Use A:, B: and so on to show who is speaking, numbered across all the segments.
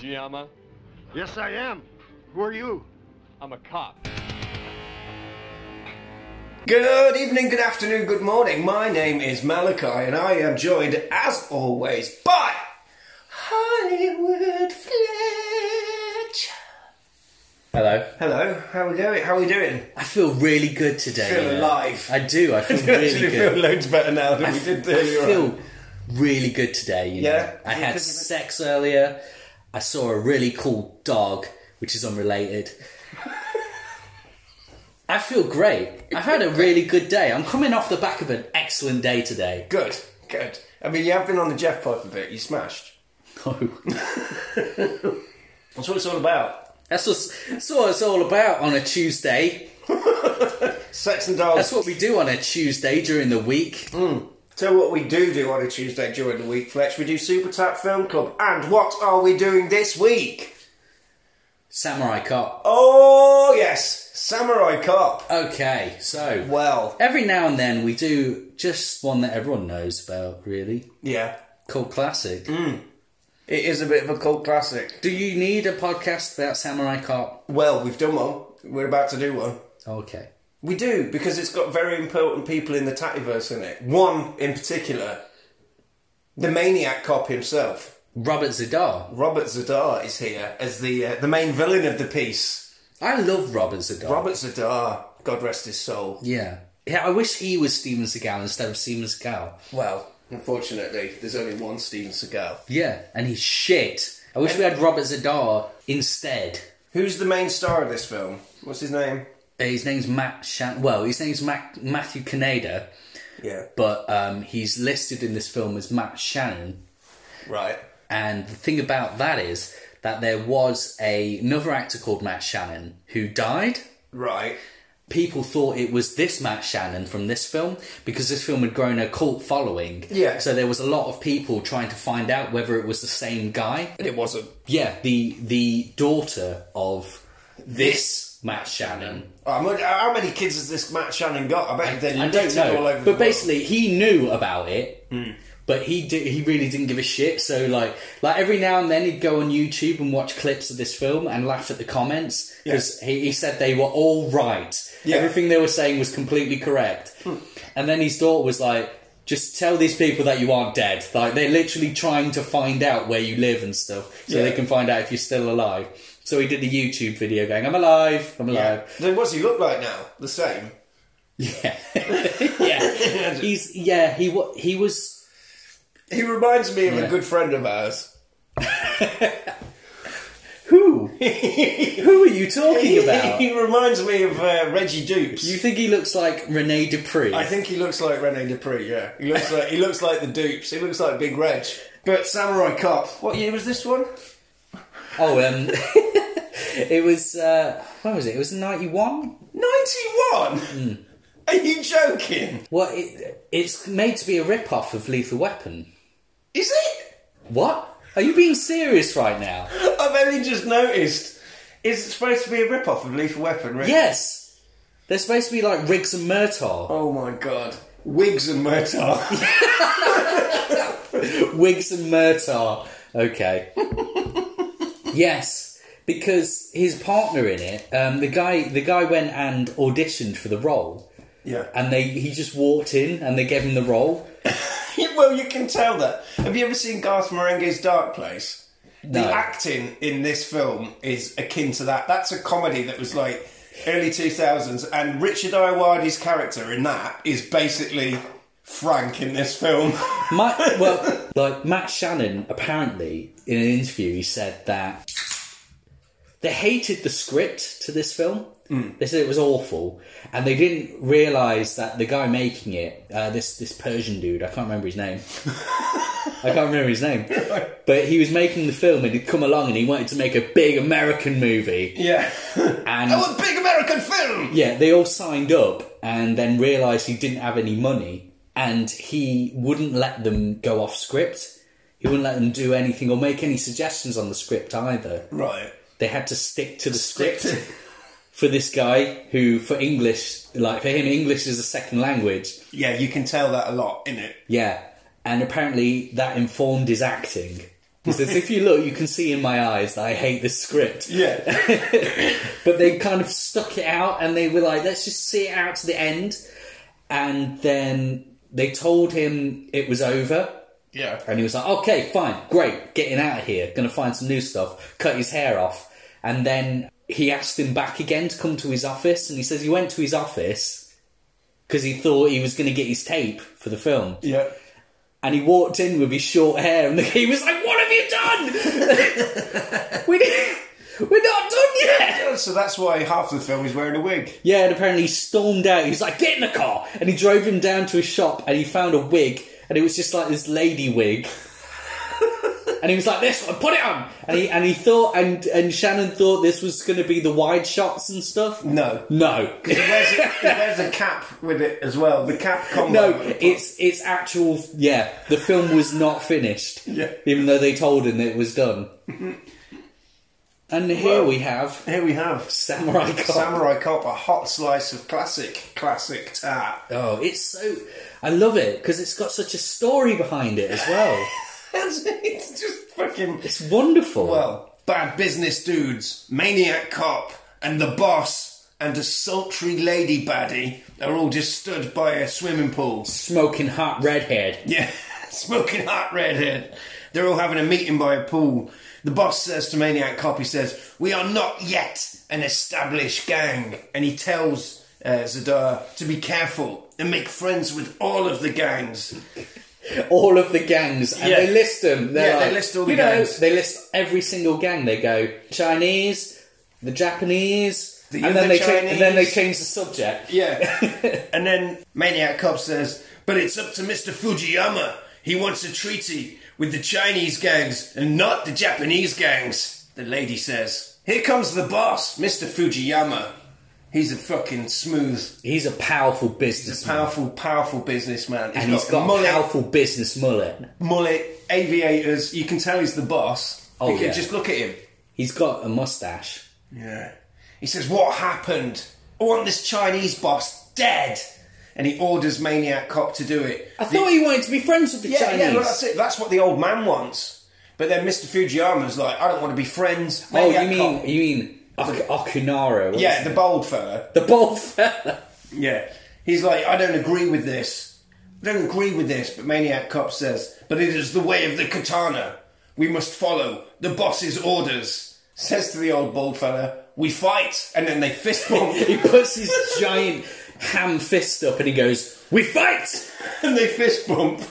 A: Yama?
B: Yes, I am. Who are you?
A: I'm a cop.
C: Good evening, good afternoon, good morning. My name is Malachi, and I am joined, as always, by Hollywood Fletch.
D: Hello.
C: Hello, how we going? How we doing?
D: I feel really good today.
C: Feel
D: you know.
C: alive.
D: I do. I feel really good.
C: loads better now than we did earlier
D: I feel really good today. You
C: Yeah?
D: Know. I
C: Is it
D: had
C: 'cause of it?
D: sex earlier. I saw a really cool dog, which is unrelated. I feel great. I've had a really good day. I'm coming off the back of an excellent day today.
C: Good, good. I mean, you have been on the Jeff Pipe a bit. You smashed.
D: No.
C: That's what it's all about.
D: That's, what, that's what it's all about on a Tuesday.
C: Sex and dolls.
D: That's what we do on a Tuesday during the week.
C: So what we do do on a Tuesday during the week, Fletch, we do Super Tap Film Club. And what are we doing this week?
D: Samurai Cop.
C: Oh yes, Samurai Cop.
D: Okay, so.
C: Well,
D: Every now and then we do just one that everyone knows about, really.
C: yeah,
D: Cult classic.
C: it is a bit of a cult classic.
D: Do you need a podcast about Samurai Cop?
C: Well, we've done one. We're about to do one.
D: Okay.
C: We do because it's got very important people in the Tativerse in it. One in particular, the maniac cop himself,
D: Robert Zadar.
C: Robert Zadar, is here as the uh, the main villain of the piece.
D: I love Robert Zadar.
C: Robert Zadar, God rest his soul.
D: Yeah. Yeah, I wish he was Steven Seagal instead of Steven Seagal.
C: Well, unfortunately, there's only one Steven Seagal.
D: Yeah, and he's shit. I wish we had Robert Zadar instead.
C: Who's the main star of this film? What's his name?
D: Uh, His name's Matt Shan. Well, his name's Mac- Matthew Canada,
C: Yeah.
D: but um, he's listed in this film as Matt Shannon.
C: Right.
D: And the thing about that is that there was a, another actor called Matt Shannon who died.
C: Right.
D: People thought it was this Matt Shannon from this film because this film had grown a cult following.
C: Yeah.
D: So there was a lot of people trying to find out whether it was the same guy.
C: It wasn't.
D: Yeah, the the daughter of this Matt Shannon.
C: How mu- how many kids has this Matt Shannon got? I bet they're
D: I don't
C: littered all over the
D: know, but
C: world. Mm.
D: basically he knew about it, but he did, he really didn't give a shit. So like like every now and then he'd go on YouTube and watch clips of this film and laugh at the comments because he, he said they were all right.
C: Yeah. Hmm.
D: Everything they were saying was completely correct. And then his daughter was like, "Just tell these people that you aren't dead. Like they're literally trying to find out where you live and stuff, so
C: Yeah.
D: they can find out if you're still alive." So he did a YouTube video going, "I'm alive, I'm alive."
C: Yeah. Then what's he look like now? The same.
D: Yeah, yeah. He's yeah. He wa- he was.
C: He reminds me of a good friend of ours.
D: Who? Who are you talking about?
C: he reminds me of uh, Reggie Dupes.
D: You think he looks like Rene Dupree?
C: I think he looks like Rene Dupree. Yeah, he looks like he looks like the Dupes. He looks like Big Reg. But Samurai Cop. What year was this one?
D: oh, um, it was. Uh, when was it? It was ninety one.
C: Ninety-one.
D: Hmm.
C: Are you joking?
D: Well, it, it's made to be a rip off of Lethal Weapon.
C: Is it?
D: What? Are you being serious right now?
C: I've only just noticed. Is it supposed to be a rip-off of Lethal Weapon? Really?
D: Yes. They're supposed to be like Riggs and Murtaugh.
C: Oh my god. Wigs and Murtaugh.
D: Wigs and Murtaugh. Okay. yes, because his partner in it, um, the guy, the guy went and auditioned for the role,
C: yeah.
D: and they he just walked in and they gave him the role.
C: well, you can tell that. Have you ever seen Garth Marenghi's Dark Place?
D: No.
C: The acting in this film is akin to that. That's a comedy that was like early 2000s, and Richard Iowadi's character in that is basically Frank in this film.
D: My, well, like Matt Shannon, apparently in an interview, he said that they hated the script to this film. They said it was awful, and they didn't realise that the guy making it, uh, this this Persian dude, I can't remember his name. I can't remember his name, but he was making the film and he'd come along and he wanted to make a big American movie,
C: yeah.
D: and
C: oh, a big American film!
D: yeah, they all signed up and then realised he didn't have any money and he wouldn't let them go off script. He wouldn't let them do anything or make any suggestions on the script either.
C: Right.
D: They had to stick to the script for this guy who, for English, like for him, English is a second language.
C: Yeah, you can tell that a lot in it.
D: Yeah. And apparently that informed his acting. He says, if you look, you can see in my eyes that I hate this script.
C: Yeah.
D: but they kind of stuck it out and they were like, let's just see it out to the end. And then they told him it was over.
A: Yeah.
D: And he was like, okay, fine, great, getting out of here, gonna find some new stuff, cut his hair off. And then he asked him back again to come to his office, and he says he went to his office because he thought he was gonna get his tape for the film.
C: yeah.
D: And he walked in with his short hair, and he was like, what have you done? we We're not done yet!
C: So that's why half the film is wearing a wig.
D: Yeah, and apparently he stormed out. He was like, get in the car! And he drove him down to a shop and he found a wig, and it was just like this lady wig. and he was like, this one, put it on! And he, and he thought, and, and Shannon thought this was going to be the wide shots and stuff.
C: No.
D: No.
C: There's a, there's a cap with it as well. The cap combo.
D: No, it's it's actual. Yeah, the film was not finished.
C: Yeah.
D: Even though they told him it was done. and here we have
C: Here we have
D: Samurai Cop.
C: Samurai Cop, a hot slice of classic, classic tat.
D: Oh, it's so. I love it because it's got such a story behind it as well.
C: it's just fucking.
D: It's wonderful.
C: Well, bad business dudes, maniac cop, and the boss, and a sultry lady baddie are all just stood by a swimming pool.
D: Smoking hot redhead.
C: Yeah, smoking hot redhead. They're all having a meeting by a pool. The boss says to Maniac Cop, he says, We are not yet an established gang. And he tells uh, Zadar to be careful and make friends with all of the gangs.
D: All of the gangs, and
C: Yeah.
D: they list them. They're
C: Yeah, they
D: like-
C: list all the
D: you know,
C: gangs.
D: They list every single gang. They go Chinese, the Japanese,
C: The
D: and then
C: other
D: they cha- and then they
C: Chinese.
D: change the subject.
C: Yeah. and then Maniac Cop says, But it's up to Mr. Fujiyama. He wants a treaty with the Chinese gangs and not the Japanese gangs. The lady says, Here comes the boss, Mr. Fujiyama. He's a fucking smooth
D: He's a powerful businessman,
C: powerful, powerful businessman.
D: and he's got a
C: mullet,
D: powerful business mullet.
C: mullet, aviators. You can tell he's the boss.
D: Oh,
C: you can
D: yeah.
C: just look at him.
D: He's got a mustache.
C: Yeah. He says, "What happened? I want this Chinese boss dead." And he orders Maniac Cop to do it.
D: I thought he wanted to be friends with the
C: yeah,
D: Chinese.
C: yeah, well, that's it. That's what the old man wants. But then Mr. Fujiyama's like, "I don't want to be friends."
D: oh,
C: Maniac
D: you mean
C: Cop-
D: you mean Ok- Okunara? what
C: yeah,
D: is
C: the bold fella.
D: it? the bald fella.
C: Yeah. He's like, I don't agree with this. I don't agree with this, but Maniac Cop says, but it is the way of the katana. We must follow the boss's orders. Says to the old bald fella, we fight. And then they fist bump.
D: He puts his giant ham fist up and he goes, "We fight!"
C: and they fist bump.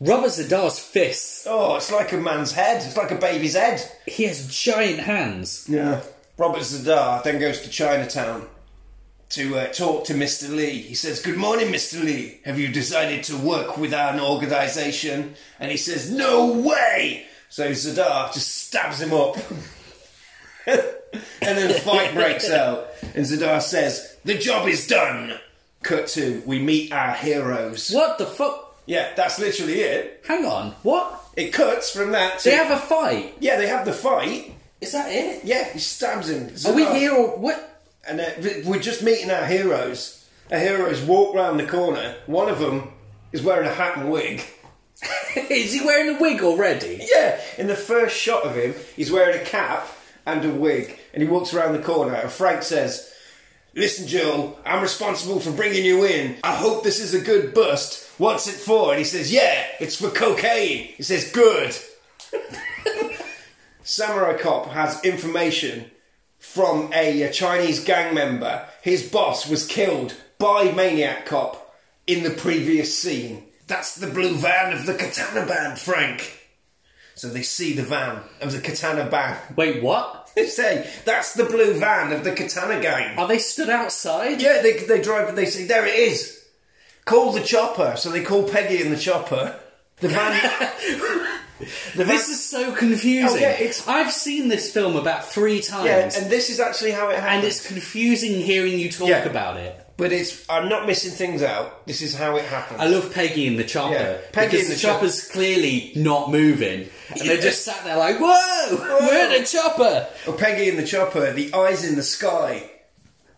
D: Robert Zadar's fists.
C: Oh, it's like a man's head. It's like a baby's head.
D: He has giant hands.
C: Yeah. Robert Zadar then goes to Chinatown to uh, talk to Mr. Lee. He says, Good morning, Mr. Lee. Have you decided to work with an organization? And he says, No way! So Zadar just stabs him up. and then a fight breaks out. And Zadar says, The job is done. Cut to, we meet our heroes.
D: What the fuck?
C: Yeah, that's literally it.
D: Hang on. What?
C: It cuts from that to.
D: They have a fight.
C: yeah, they have the fight.
D: Is that it?
C: Yeah, he stabs him.
D: Are we
C: Zadar-
D: here or what?
C: and uh, th- we're just meeting our heroes. Our heroes walk round the corner. One of them is wearing a hat and wig.
D: Is he wearing a wig already?
C: Yeah, in the first shot of him, he's wearing a cap and a wig, and he walks around the corner. And Frank says, "Listen, Joel, I'm responsible for bringing you in. I hope this is a good bust. What's it for?" And he says, "Yeah, it's for cocaine." He says, "Good." Samurai Cop has information from a, a Chinese gang member. His boss was killed by Maniac Cop in the previous scene. That's the blue van of the Katana Band, Frank. So they see the van of the Katana Band.
D: Wait, what?
C: They say, that's the blue van of the Katana Gang.
D: Are they stood outside?
C: Yeah, they, they drive and they say, there it is. Call the chopper. So they call Peggy in the chopper. The van. the van
D: This is so confusing.
C: Oh, yeah, it's-
D: I've seen this film about three times,
C: yeah,
D: and,
C: and this is actually how it happened.
D: it's confusing hearing you talk
C: Yeah.
D: about it.
C: But it's I'm not missing things out. This is how it happens.
D: I love Peggy and the chopper
C: Yeah, Peggy
D: because
C: and
D: the,
C: the Chop-
D: chopper's clearly not moving, and they're just sat there like, "Whoa, we're in a chopper."
C: Well, Peggy and the Chopper, the eyes in the sky.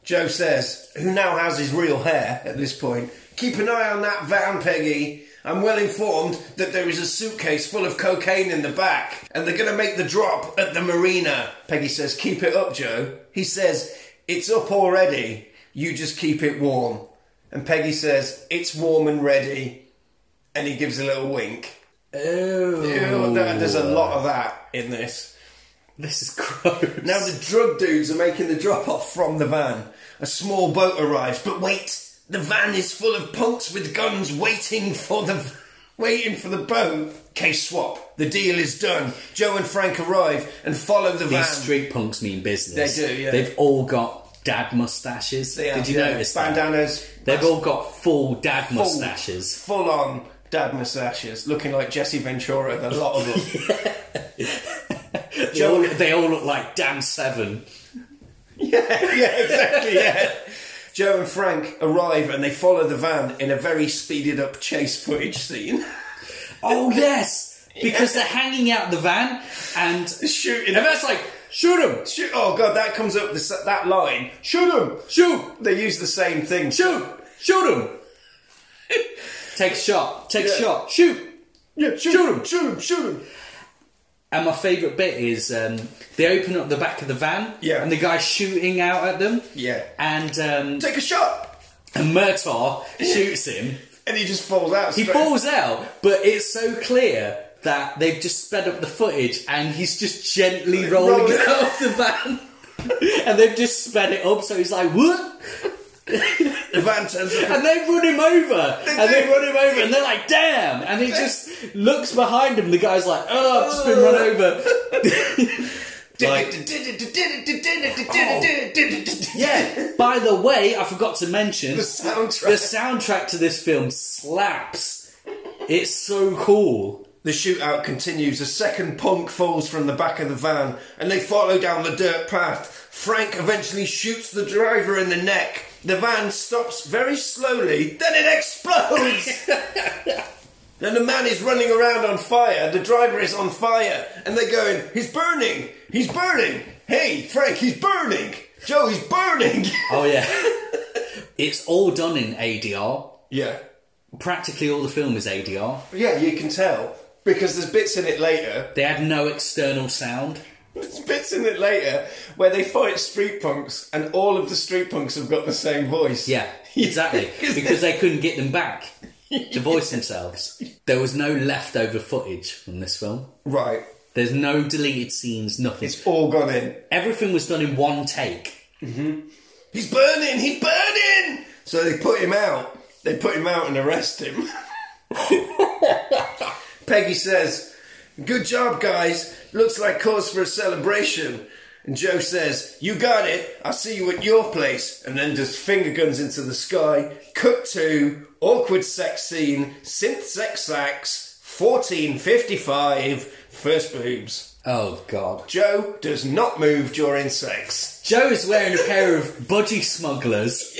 C: Joe says, who now has his real hair at this point, keep an eye on that van, Peggy. I'm well informed that there is a suitcase full of cocaine in the back, and they're going to make the drop at the marina. Peggy says, Keep it up, Joe. He says, It's up already. You just keep it warm. And Peggy says, It's warm and ready. And he gives a little wink.
D: Oh,
C: Ew, there- There's a lot of that in this.
D: This is gross.
C: Now the drug dudes are making the drop off from the van. A small boat arrives, but wait, the van is full of punks with guns waiting for the waiting for the boat. Case swap. The deal is done. Joe and Frank arrive and follow the van.
D: These street punks mean business.
C: They do, yeah.
D: They've all got dad mustaches.
C: They have,
D: Did you
C: yeah,
D: notice that?
C: bandanas?
D: They've all got full dad
C: full-
D: mustaches.
C: full on dad mustaches, looking like Jesse Ventura. There's a lot of them.
D: They all, they all look like Dan Seven.
C: yeah, exactly. Yeah. Joe and Frank arrive and they follow the van in a very speeded up chase footage scene.
D: Oh yes, because they're hanging out the van and
C: Shooting
D: and that's like shoot 'em,
C: Shoot! Oh god, that comes up this, that line. Shoot him!
D: shoot,
C: They use the same thing.
D: shoot, shoot 'em. take a shot, take a
C: Yeah.
D: shot, shoot.
C: Yeah, shoot,
D: Shoot 'em.
C: Shoot him! Shoot him!
D: And my favourite bit is um, they open up the back of the van,
C: Yeah.
D: and the guy's shooting out at them,
C: Yeah.
D: and um,
C: Take a shot,
D: and Murtaugh shoots him.
C: and he just falls out.
D: He
C: straight-
D: falls out, but it's so clear that they've just sped up the footage and he's just gently rolling
C: rolling.
D: it out of the van. and they've just sped it up, so he's like, what?
C: The van turns up.
D: And they run him over. and they
C: do.
D: run him over, and they're like, damn! And he just looks behind him, the guy's like, oh, I've just been run over. like,
C: Oh.
D: yeah, by the way, I forgot to mention
C: The soundtrack.
D: the soundtrack to this film slaps. It's so cool.
C: The shootout continues. A second punk falls from the back of the van, and they follow down the dirt path. Frank eventually shoots the driver in the neck. The van stops very slowly, then it explodes. Then the man is running around on fire. The driver is on fire, and they're going, "He's burning! He's burning! Hey, Frank, he's burning! Joe, he's burning!"
D: Oh yeah. it's all done in ADR.
C: yeah,
D: Practically all the film is ADR.
C: yeah, you can tell because there's bits in it later
D: They had no external sound.
C: There's bits in it later where they fight street punks and all of the street punks have got the same voice.
D: Yeah, exactly. because they couldn't get them back to voice themselves. There was no leftover footage from this film.
C: Right.
D: There's no deleted scenes, nothing.
C: It's all gone in.
D: Everything was done in one take.
C: He's burning! He's burning! So they put him out. They put him out and arrest him. Peggy says, Good job, guys. Looks like cause for a celebration. And Joe says, You got it. I'll see you at your place. And then does finger guns into the sky. Cut to awkward sex scene, synth sex sax, 1455, first boobs.
D: Oh god.
C: Joe does not move during sex.
D: Joe is wearing a pair of budgie smugglers.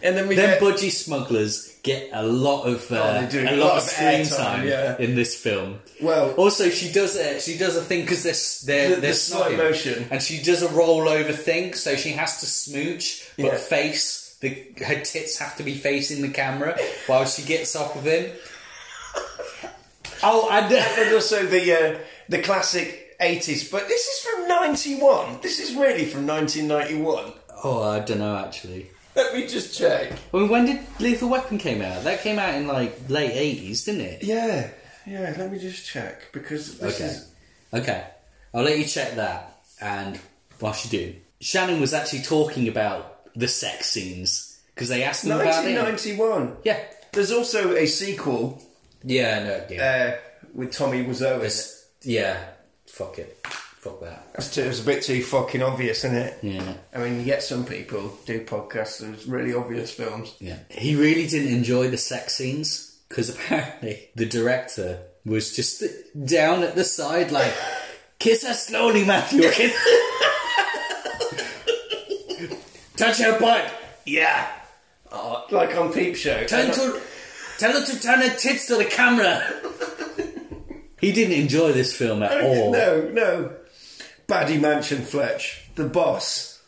C: And then we get.
D: Them budgie smugglers get a lot of uh,
C: Oh, they do.
D: a lot of screen
C: airtime,
D: time
C: yeah.
D: in this film.
C: Well-
D: also she does a she does a thing because they're s- they're,
C: The-
D: they're
C: the slow
D: snotty.
C: motion.
D: and she does a rollover thing, so she has to smooch but
C: Yeah.
D: face the her tits have to be facing the camera while she gets off of him. Oh, and
C: and also the uh, the classic 80s but this is from 91 this is really from 1991
D: oh, I don't know actually.
C: let me just check
D: I mean, when did Lethal Weapon came out? That came out in like late eighties, didn't it?
C: yeah yeah let me just check because this
D: Okay.
C: is
D: Okay. I'll let you check that. And whilst you do, Shannon was actually talking about the sex scenes because they asked them about it.
C: 1991
D: Yeah.
C: there's also a sequel
D: Yeah, no, yeah.
C: uh, with Tommy Wiseau in it
D: It's- yeah. Fuck it. Fuck that.
C: That's too- it was a bit too fucking obvious isn't it
D: Yeah.
C: I mean you get some people do podcasts and it's really obvious films
D: Yeah. He really didn't enjoy the sex scenes because apparently the director was just down at the side, like, kiss her slowly, Matthew. Kiss- Touch her butt.
C: yeah Oh, like on Peep Show
D: Turn to, tell her to turn her tits to the camera. he didn't enjoy this film at all.
C: No, no. Baddy Mansion Fletch, the boss.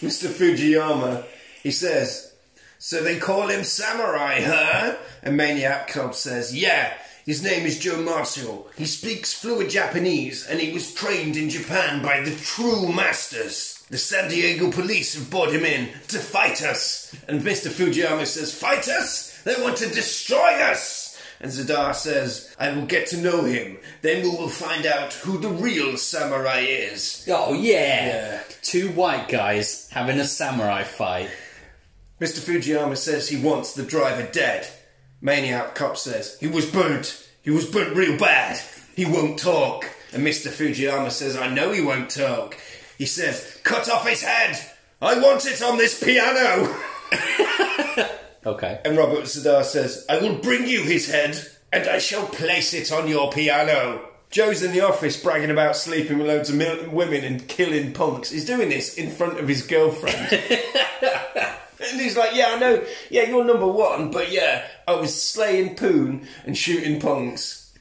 C: Mr. Fujiyama, he says, So they call him Samurai, huh? And Maniac Cop says, Yeah, his name is Joe Marcio. He speaks fluent Japanese and he was trained in Japan by the true masters. The San Diego police have brought him in to fight us. And Mr. Fujiyama says, Fight us? They want to destroy us! And Zadar says, I will get to know him. Then we will find out who the real samurai is.
D: Oh yeah.
C: Yeah.
D: Two white guys having a samurai fight.
C: Mr. Fujiyama says he wants the driver dead. Maniac Cop says, He was burnt. He was burnt real bad. He won't talk. And Mr. Fujiyama says, I know he won't talk. He says, Cut off his head. I want it on this piano.
D: Okay.
C: And Robert Sadar says, I will bring you his head and I shall place it on your piano. Joe's in the office bragging about sleeping with loads of mil- women and killing punks. He's doing this in front of his girlfriend. and he's like, Yeah, I know, yeah, you're number one, but yeah, I was slaying poon and shooting punks.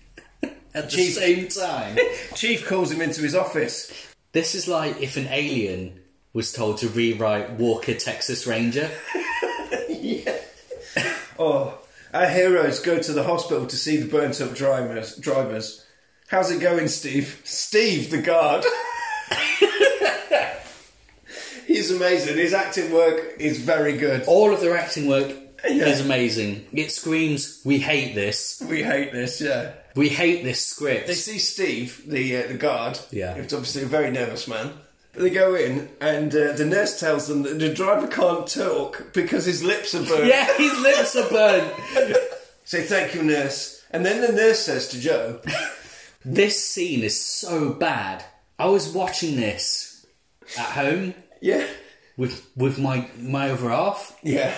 D: At the
C: Jeez.
D: same time.
C: Chief calls him into his office.
D: this is like if an alien was told to rewrite Walker Texas Ranger.
C: Oh, our heroes go to the hospital to see the burnt up drivers. drivers. How's it going, Steve? Steve, the guard. He's amazing. His acting work is very good.
D: All of their acting work
C: Yeah.
D: is amazing. It screams, "We hate this.
C: We hate this, yeah.
D: We hate this script."
C: They see Steve, the uh, the guard.
D: Yeah.
C: who's obviously a very nervous man. But they go in, and uh, the nurse tells them that the driver can't talk because his lips are burnt.
D: yeah, his lips are burnt.
C: Say thank you, nurse. And then the nurse says to Joe,
D: This scene is so bad. I was watching this at home
C: "Yeah,
D: with with my my other half,
C: yeah."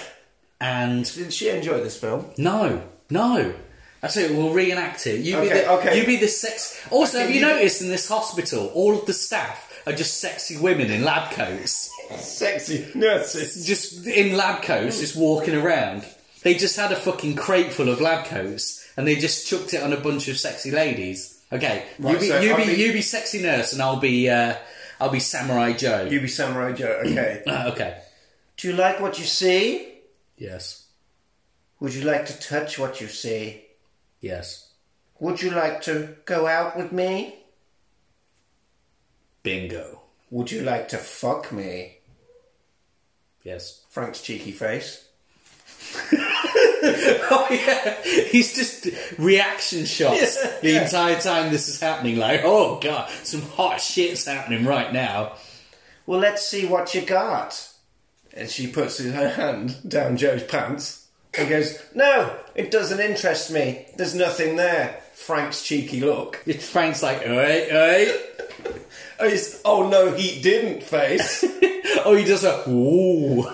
D: and
C: Did she enjoy this film?
D: No, no. That's it. We'll reenact it. You be
C: Okay,
D: the,
C: okay.
D: You be the sex. Also, have you
C: you-
D: noticed in this hospital, all of the staff are just sexy women in lab coats,
C: Sexy nurses.
D: just in lab coats, just walking around. They just had a fucking crate full of lab coats, and they just chucked it on a bunch of sexy ladies. Okay, you
C: Right,
D: be
C: so
D: you
C: I'll
D: be,
C: be-
D: you be sexy nurse, and I'll be uh, I'll be samurai Joe.
C: You be Samurai Joe, okay.
D: Ah, okay.
C: Do you like what you see?
D: Yes.
C: Would you like to touch what you see?
D: Yes.
C: Would you like to go out with me?
D: Bingo.
C: Would you like to fuck me?
D: Yes.
C: Frank's cheeky face.
D: Oh yeah, he's just reaction shots
C: Yeah,
D: the
C: yeah.
D: entire time this is happening. Like, oh god, some hot shit's happening right now.
C: Well, let's see what you got. And she puts her hand down Joe's pants and goes, No, it doesn't interest me. There's nothing there. Frank's cheeky look.
D: It's Frank's like, oi, oi.
C: Oh, it's, oh no, he didn't face.
D: oh, he does a ooh.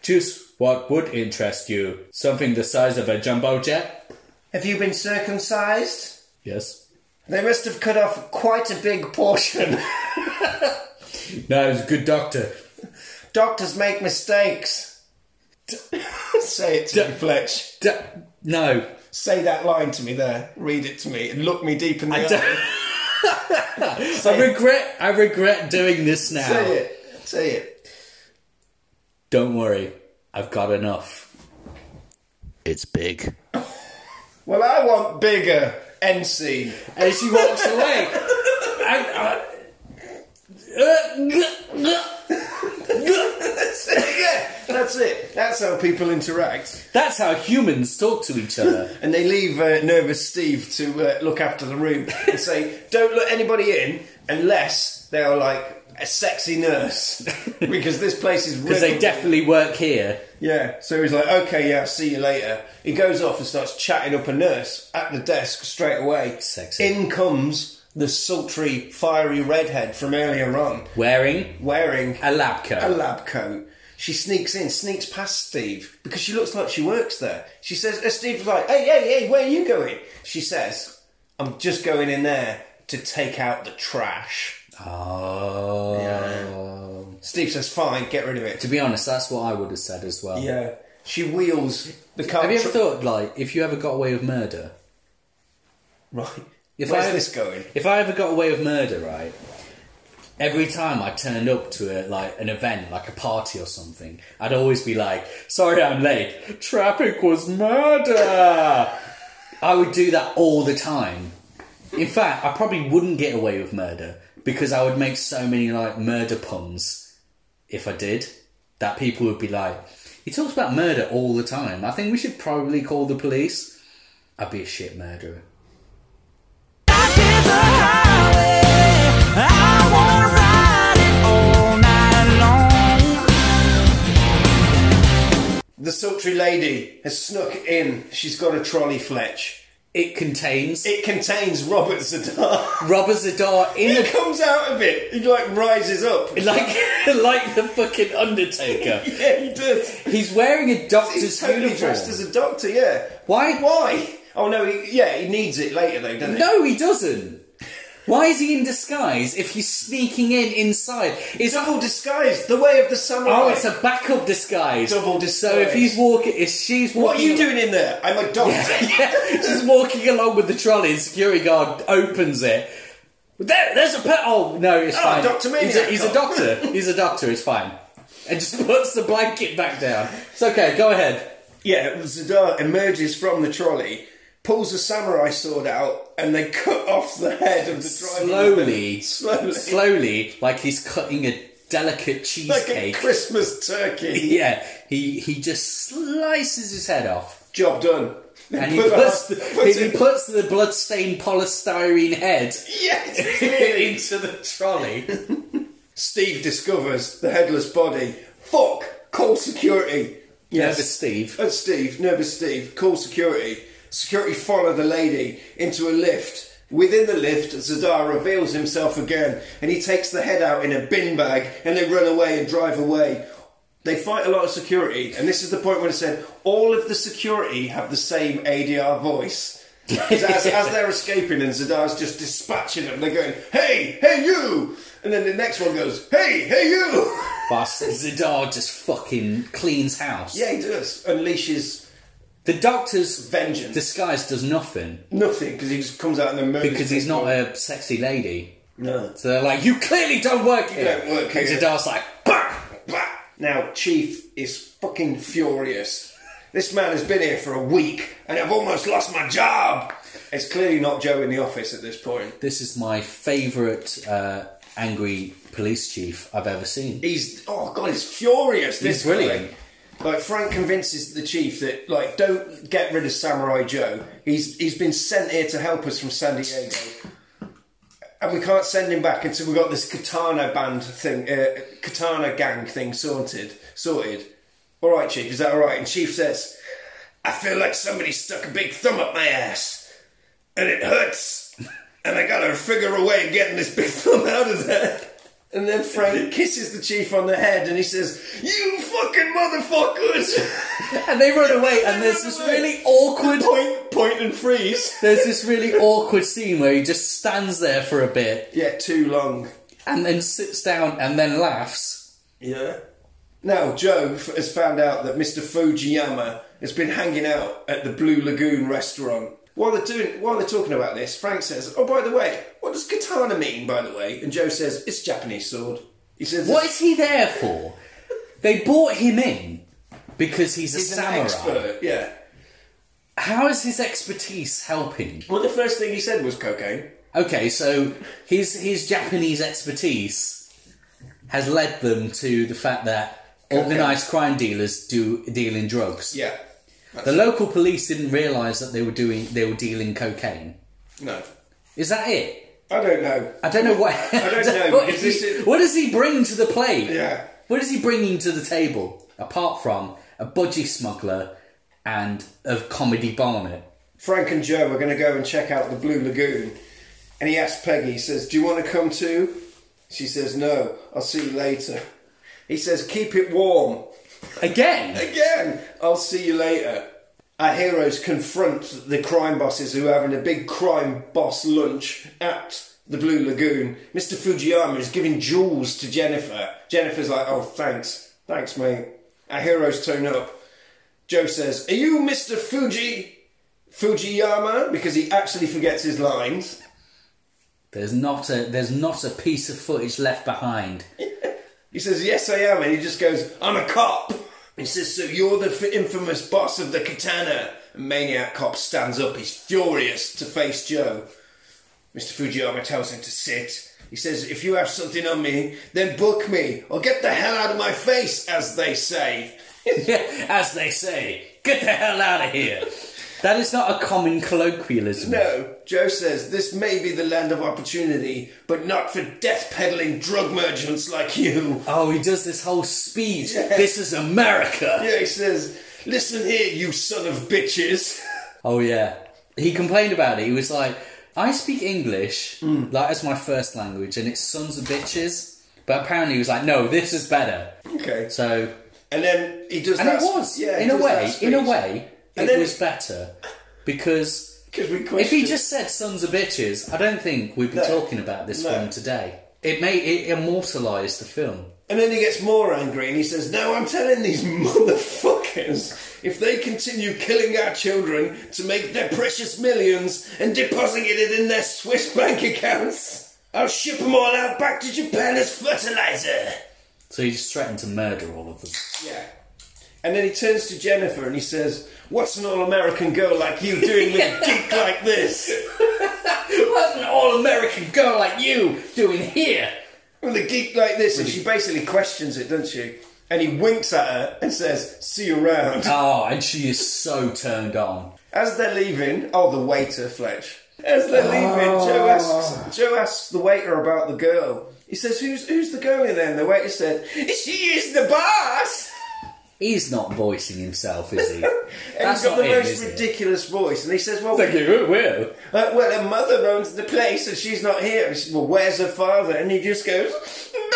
D: Choose what would interest you. Something the size of a jumbo jet.
C: Have you been circumcised?
D: Yes.
C: They must have cut off quite a big portion.
D: No, he's a good doctor.
C: Doctors make mistakes. Say it to me, Fletch.
D: D- no,
C: Say that line to me there. Read it to me and look me deep in the
D: don't-
C: eye.
D: I
C: Say it.
D: regret. I regret doing this now.
C: Say it. Say it.
D: Don't worry, I've got enough. It's big.
C: Well, I want bigger NC.
D: and she walks away. And, uh,
C: yeah, that's it. That's how people interact.
D: that's how humans talk to each other.
C: And they leave uh, nervous Steve to uh, look after the room and say, don't let anybody in unless they are like a sexy nurse. because this place is
D: Because they
C: riddled with
D: definitely work here.
C: Yeah, so he's like, okay, yeah, see you later. He goes off and starts chatting up a nurse at the desk straight away.
D: Sexy.
C: In comes the sultry, fiery redhead from earlier on,
D: Wearing
C: wearing
D: a lab
C: a
D: coat.
C: lab coat. She sneaks in, sneaks past Steve because she looks like she works there. She says, uh, Steve's like, hey, hey, hey, where are you going? She says, I'm just going in there to take out the trash.
D: Oh.
C: Steve says, fine, get rid of it.
D: To be honest, that's what I would have said as well.
C: Yeah. She wheels the car.
D: Have you ever thought, like, if you ever got away with murder?
C: right.
D: If
C: Where's
D: I-
C: this going?
D: If I ever got away with murder, right? every time I turned up to a, like an event, like a party or something, I'd always be like, "Sorry, I'm late. Traffic was murder." I would do that all the time. In fact, I probably wouldn't get away with murder because I would make so many like murder puns. If I did, that people would be like, "He talks about murder all the time. I think we should probably call the police." I'd be a shit murderer.
A: Life is a highway. I wanna ride it all night long.
C: The sultry lady has snuck in. She's got a trolley, Fletch.
D: It contains
C: It contains Robert Zadar.
D: Robert Zadar in
C: He
D: a
C: comes out of it. He like rises up.
D: like like the fucking Undertaker.
C: yeah, he does.
D: He's wearing a doctor's
C: He's totally
D: uniform.
C: dressed as a doctor. Yeah.
D: Why?
C: Why? Oh no. He, yeah, he needs it later though, doesn't he?
D: No, he doesn't. Why is he in disguise if he's sneaking in inside? It's
C: Double disguise. The way of the samurai.
D: oh, it's a backup disguise.
C: Double disguise.
D: So if he's walking, if she's walking,
C: What are you doing in there? I'm a doctor.
D: She's walking along with the trolley. and Security guard opens it. There, there's a pet. Oh no, it's
C: Oh,
D: fine.
C: Dr.
D: He's a,
C: Maniac
D: he's a
C: Cop.
D: doctor. he's a doctor. It's fine. And just puts the blanket back down. It's okay. Go ahead.
C: Yeah, Zadar emerges from the trolley, pulls a samurai sword out, and they cut off the head of the driver.
D: slowly,
C: Slowly.
D: slowly, like he's cutting a delicate
C: Like a
D: cheesecake.
C: Christmas turkey.
D: yeah, he he just slices his head off,
C: Job done.
D: and he
C: Put
D: puts
C: that-
D: the,
C: puts
D: he
C: it-
D: puts the bloodstained polystyrene head
C: Yes, clearly.
D: into the trolley.
C: Steve discovers the headless body. Fuck! Call security.
D: Yes, Steve.
C: That's Steve, nervous Steve, call security. Security follow the lady into a lift. Within the lift, Zadar reveals himself again and he takes the head out in a bin bag and they run away and drive away. They fight a lot of security, and this is the point where it said all of the security have the same ADR voice. 'Cause as, as they're escaping, and Zadar's just dispatching them, they're going, Hey, hey, you! And then the next one goes, Hey, hey, you!
D: But Zadar just fucking cleans house.
C: yeah, he does. Unleashes
D: The doctor's
C: vengeance.
D: disguise does nothing
C: Nothing, because he just comes out and then murders.
D: because he's
C: people.
D: not a sexy lady.
C: No.
D: So they're like, you clearly don't work here.
C: don't work
D: and
C: here.
D: Zadar's like, bah!
C: Bah! Now, Chief is fucking furious. This man has been here for a week and I've almost lost my job! It's clearly not Joe in the office at this point.
D: This is my favourite uh, angry police chief I've ever seen.
C: He's, oh god, he's furious. This
D: He's brilliant.
C: guy. Like, Frank convinces the Chief that, like, don't get rid of Samurai Joe. He's He's been sent here to help us from San Diego. And we can't send him back until we've got this katana band thing, uh, katana gang thing sorted. Sorted. All right, Chief, is that all right? And Chief says, I feel like somebody stuck a big thumb up my ass. And it hurts. And I gotta figure a way of getting this big thumb out of there. And then Frank kisses the Chief on the head and he says, You fucking motherfuckers!
D: And they run away, and there's this really awkward.
C: point, point and freeze.
D: There's this really awkward scene where he just stands there for a bit
C: Yeah, too long.
D: and then sits down and then laughs.
C: Yeah. Now, Joe f- has found out that Mr. Fujiyama has been hanging out at the Blue Lagoon restaurant. While they're doing, while they're talking about this, Frank says, "Oh, by the way, what does katana mean, by the way?" And Joe says, "It's a Japanese sword." He says,
D: What is he there for? They brought him in because he's a
C: He's an
D: samurai.
C: expert. Yeah.
D: How is his expertise helping?
C: Well, the first thing he said was cocaine.
D: Okay, so his his Japanese expertise has led them to the fact that organized crime dealers do deal in drugs.
C: Yeah.
D: The local police didn't realise that they were doing they were dealing cocaine.
C: No.
D: Is that it?
C: I don't know.
D: I don't know what. I
C: don't know,
D: what,
C: because
D: he-
C: this is-
D: what does he bring to the plate?
C: Yeah.
D: What is he bringing to the table apart from a budgie smuggler and a comedy Barnett?
C: Frank and Joe are going to go and check out the Blue Lagoon. And he asks Peggy, he says, Do you want to come too? She says, No, I'll see you later. He says, Keep it warm.
D: Again,
C: Again, I'll see you later. Our heroes confront the crime bosses who are having a big crime boss lunch at the Blue Lagoon. Mr. Fujiyama is giving jewels to Jennifer. Jennifer's like, Oh, thanks. Thanks, mate. Our heroes turn up. Joe says, Are you Mr. Fuji? Fujiyama because he actually forgets his lines.
D: There's not a there's not a piece of footage left behind.
C: He says, Yes, I am. And he just goes, I'm a cop. He says, So you're the f- infamous boss of the katana. And Maniac Cop stands up. He's furious to face Joe. Mr. Fujiyama tells him to sit. He says, If you have something on me, then book me or get the hell out of my face, as they say.
D: As they say, get the hell out of here. That is not a common colloquialism.
C: No, Joe says, This may be the land of opportunity, but not for death peddling drug merchants like you.
D: Oh, he does this whole speech.
C: Yeah.
D: This is America.
C: Yeah, he says, Listen here, you son of bitches.
D: Oh yeah. He complained about it. He was like, I speak English,
C: Hmm.
D: like as my first language, and it's sons of bitches. But apparently he was like, no, this is better.
C: okay.
D: So
C: And then he does
D: And
C: that.
D: it was.
C: Yeah, he
D: in a
C: does
D: way,
C: that
D: in a
C: speech.
D: way,
C: And
D: it
C: then-
D: was better. Because
C: 'Cause we
D: if he
C: questioned-
D: just said sons of bitches, I don't think we'd be
C: No.
D: talking about this
C: No.
D: film today. It made it immortalised the film.
C: And then he gets more angry and he says, No, I'm telling these motherfuckers, if they continue killing our children to make their precious millions and depositing it in their Swiss bank accounts, I'll ship them all out back to Japan as fertilizer.
D: So he just threatened to murder all of them.
C: Yeah. And then he turns to Jennifer and he says, What's an all American girl like you doing with a geek like this?
D: What's an all-American girl like you doing here?
C: With a geek like this?
D: Hmm.
C: And she basically questions it, doesn't she? And he winks at her and says, See you around.
D: Oh, and she is so turned on.
C: As they're leaving, oh, the waiter, Fletch. As they're leaving,
D: Oh.
C: Joe asks Joe asks the waiter about the girl. He says, "Who's who's the girl in there?" And the waiter said, "She is the boss."
D: He's not voicing himself, is he?
C: And
D: That's
C: he's got
D: not
C: the
D: him,
C: most
D: is it?
C: ridiculous voice. And he says, "Well,
D: Thank you. Will.
C: uh, well, her mother owns the place, and she's not here." And she says, "Well, where's her father?" And he just goes, "Bang!"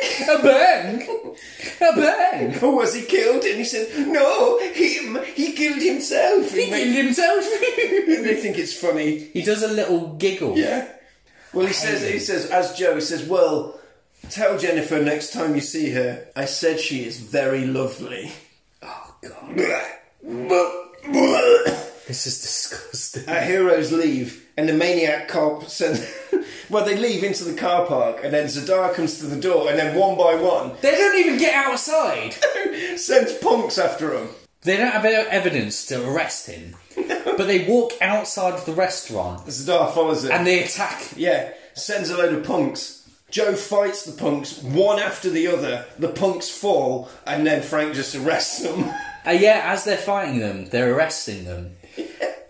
D: A bang! A bang!
C: Or was he killed? And he said, "No, him. He killed himself."
D: He killed himself.
C: and they think it's funny.
D: he does a little giggle.
C: Yeah. Well, he says, he says, as Joe, he says, well, tell Jennifer next time you see her, I said she is very lovely.
D: Oh god.
C: Our
D: This is disgusting.
C: heroes leave, and the maniac cop sends. well, they leave into the car park, and then Zadar comes to the door, and then one by one
D: They don't even get outside.
C: sends punks after him.
D: They don't have any evidence to arrest him. But they walk outside of the restaurant
C: Zadar follows it,
D: and they attack.
C: yeah, sends a load of punks. Joe fights the punks one after the other. The punks fall, and then Frank just arrests them.
D: Uh, yeah, as they're fighting them, they're arresting them.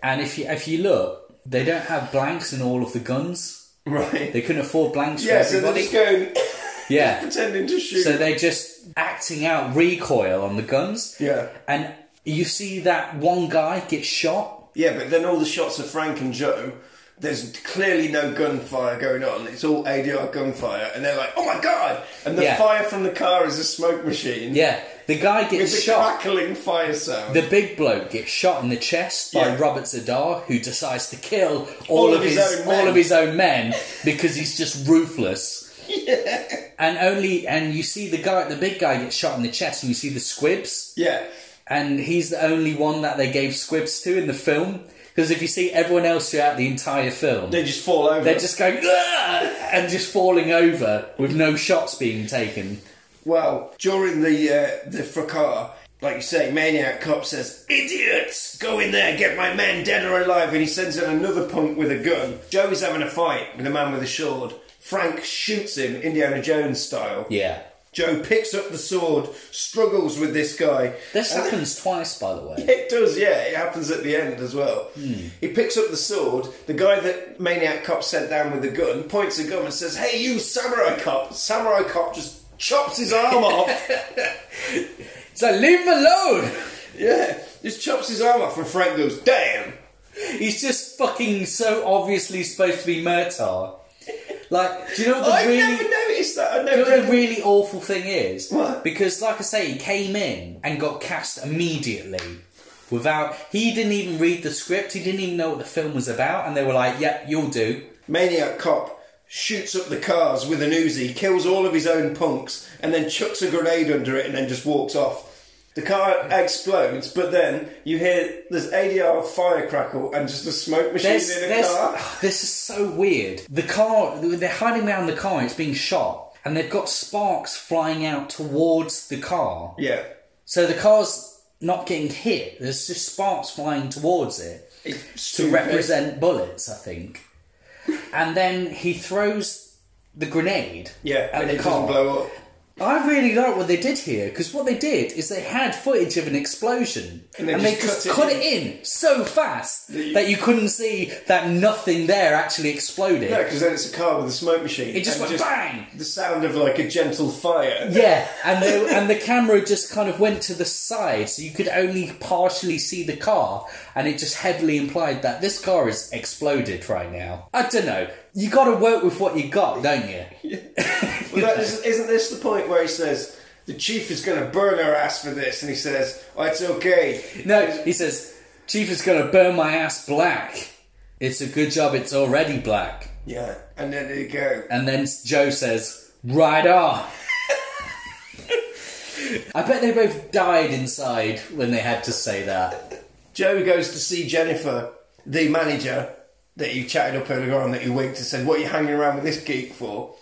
D: And if you if you look, they don't have blanks in all of the guns.
C: right.
D: They couldn't afford blanks
C: Yeah,
D: for
C: so they're
D: everybody.
C: just going,
D: yeah.
C: pretending to shoot.
D: So they're just acting out recoil on the guns.
C: Yeah.
D: And you see that one guy get shot.
C: yeah, but then all the shots of Frank and Joe, there's clearly no gunfire going on. It's all ADR gunfire, and they're like, oh my god! And the
D: Yeah.
C: fire from the car is a smoke machine.
D: Yeah. The guy
C: With
D: gets
C: the
D: shot.
C: crackling fire sound.
D: The big bloke gets shot in the chest by
C: Yeah.
D: Robert Zadar, who decides to kill all,
C: All
D: of
C: of his
D: his,
C: own men.
D: all of his own men because he's just ruthless. And only and you see the guy, the big guy, gets shot in the chest, and you see the squibs,
C: yeah.
D: and he's the only one that they gave squibs to in the film. Because if you see everyone else throughout the entire film,
C: They just fall over.
D: they're just going "Ugh!" and just falling over with no shots being taken.
C: Well, during the uh, the fracas, like you say, Maniac Cop says, Idiots! Go in there, get my man dead or alive, and he sends in another punk with a gun. Joey's having a fight with a man with a sword. Frank shoots him, Indiana Jones style.
D: Yeah,
C: Joe picks up the sword, struggles with this guy.
D: this
C: and-
D: happens twice, by the way.
C: It does, yeah. It happens at the end as well. He picks up the sword. The guy that Maniac Cop sent down with the gun points a gun and says, Hey, you samurai cop! Samurai cop just chops his arm off.
D: So leave him alone.
C: Yeah, just chops his arm off, and Frank goes, "Damn."
D: He's just fucking so obviously supposed to be Murtar. Like, do you know what
C: I
D: the really,
C: never noticed that. I
D: do you
C: never.
D: know what the
C: noticed-
D: really awful thing is?
C: What?
D: Because, like I say, he came in and got cast immediately. Without, he didn't even read the script. He didn't even know what the film was about, and they were like, "Yep, you'll do."
C: Maniac cop shoots up the cars with an Uzi, kills all of his own punks, and then chucks a grenade under it, and then just walks off. The car explodes, but then you hear this ADR fire crackle and just a smoke machine
D: There's,
C: in a
D: there's-
C: car.
D: this is so weird. The car, they're hiding behind the car, it's being shot, and they've got sparks flying out towards the car.
C: Yeah.
D: So the car's not getting hit, there's just sparks flying towards it
C: It's
D: to represent bullets, I think. And then he throws the grenade
C: Yeah,
D: at
C: and
D: the
C: it doesn't
D: car.
C: blow up.
D: I really like what they did here because what they did is they had footage of an explosion
C: And
D: and
C: they
D: they,
C: just
D: just
C: cut
D: cut,
C: it
D: it, in. so fast
C: That you-
D: that you couldn't see that nothing there actually exploded.
C: No, because then it's a car with a smoke machine.
D: It just
C: and
D: went bang!
C: The sound of like a gentle fire.
D: Yeah, and the, and the camera just kind of went to the side, so you could only partially see the car, and it just heavily implied that this car is exploded right now. I don't know. You got to work with what you got, don't you?
C: Well, that is, isn't this the point where he says the chief is going to burn her ass for this? And he says, oh, "It's okay."
D: No, he says, Chief is going to burn my ass black. It's a good job it's already black.
C: Yeah, and then they go.
D: And then Joe says, right on. I bet they both died inside when they had to say that.
C: Joe goes to see Jennifer, the manager that you chatted up earlier on, that you winked and said, "What are you hanging around with this geek for?"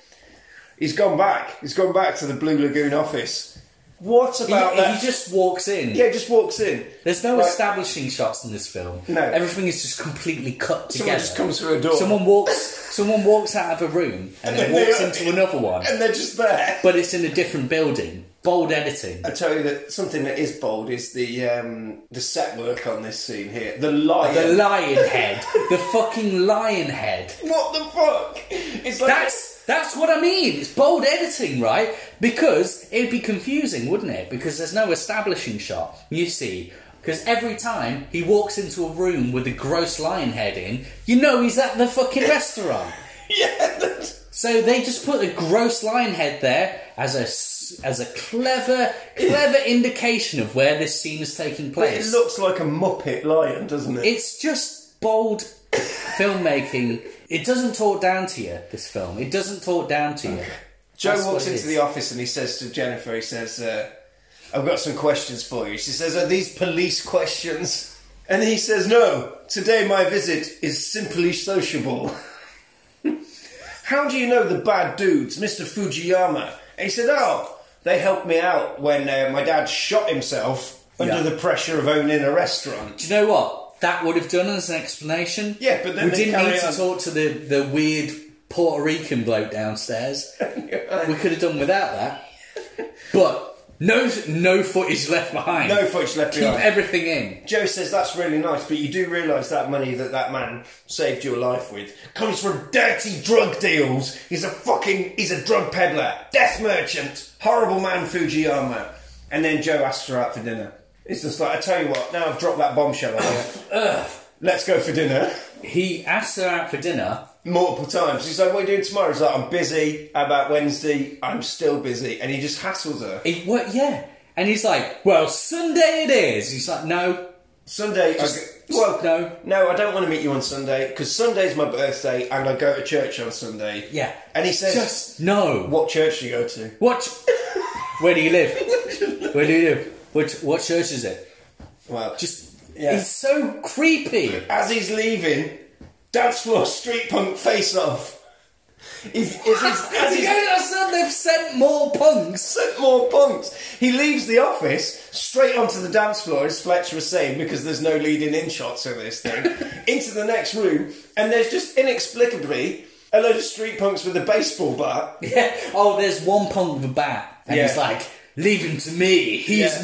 C: He's gone back. He's gone back to the Blue Lagoon office. What
D: He,
C: about
D: he
C: that?
D: just walks in.
C: yeah, just walks in.
D: There's no
C: Like,
D: establishing shots in this film.
C: No.
D: Everything is just completely cut
C: Someone
D: together.
C: just comes through a door,
D: Someone walks someone walks out of a room and, then
C: they
D: walks
C: are-
D: into another one.
C: and they're just there.
D: But it's in a different building. Bold editing.
C: I tell you that something that is bold is the um, the set work on this scene here. The lion.
D: The lion head. the fucking lion head.
C: What the fuck? It's like
D: That's that's what I mean. It's bold editing, right? Because it'd be confusing, wouldn't it? Because there's no establishing shot. You see, because every time he walks into a room with a gross lion head in, you know he's at the fucking restaurant.
C: yeah. that's-
D: So they just put a gross lion head there as a s- as a clever clever indication of where this scene is taking
C: It
D: place.
C: looks like a Muppet lion, doesn't it?
D: It's just bold filmmaking. It doesn't talk down to you. This film. It doesn't talk down to you.
C: Joe
D: That's what
C: walks
D: it
C: into
D: is.
C: the office and he says to Jennifer, he says, uh, "I've got some questions for you." She says, "Are these police questions?" And he says, "No. Today my visit is simply sociable." How do you know the bad dudes, Mr. Fujiyama? And he said, "Oh, they helped me out when uh, my dad shot himself under
D: Yeah.
C: the pressure of owning a restaurant."
D: Do you know what that would have done as an explanation?
C: Yeah, but then
D: we
C: they
D: didn't
C: carry
D: need
C: on.
D: to talk to the the weird Puerto Rican bloke downstairs. we could have done without that. But no, no footage left behind.
C: No footage left
D: Keep
C: behind.
D: everything in.
C: Joe says that's really nice, but you do realise that money that that man saved your life with comes from dirty drug deals. He's a fucking, he's a drug peddler, death merchant, horrible man, Fujiyama. And then Joe asks her out for dinner. It's just like, I tell you what, now I've dropped that bombshell on you. Let's go for dinner.
D: He asks her out for dinner.
C: Multiple times. He's like, what are you doing tomorrow? He's like, I'm busy. How about Wednesday? I'm still busy. And he just hassles her.
D: It what? Yeah, and he's like, "Well, Sunday it is." He's like, "No,
C: Sunday. I
D: Just-
C: go- well,
D: no.
C: no, I don't want to meet you on Sunday because Sunday's my birthday and I go to church on Sunday.
D: yeah."
C: and he says,
D: "Just no."
C: "What church do you go to?"
D: What? Where do you live? Where do you live? What, what church is it?
C: Well,
D: Just.
C: Yeah.
D: It's so creepy.
C: as he's leaving, dance floor street punk face off. He's, is he's, as he's
D: you notice that they've sent more punks?
C: sent more punks, he leaves the office straight onto the dance floor, as Fletcher was saying, because there's no leading in shots of this thing. into the next room, and there's just inexplicably a load of street punks with a baseball bat.
D: Yeah. Oh, there's one punk with a bat, and he's
C: Yeah.
D: like, "Leave him to me.
C: Yeah.
D: He's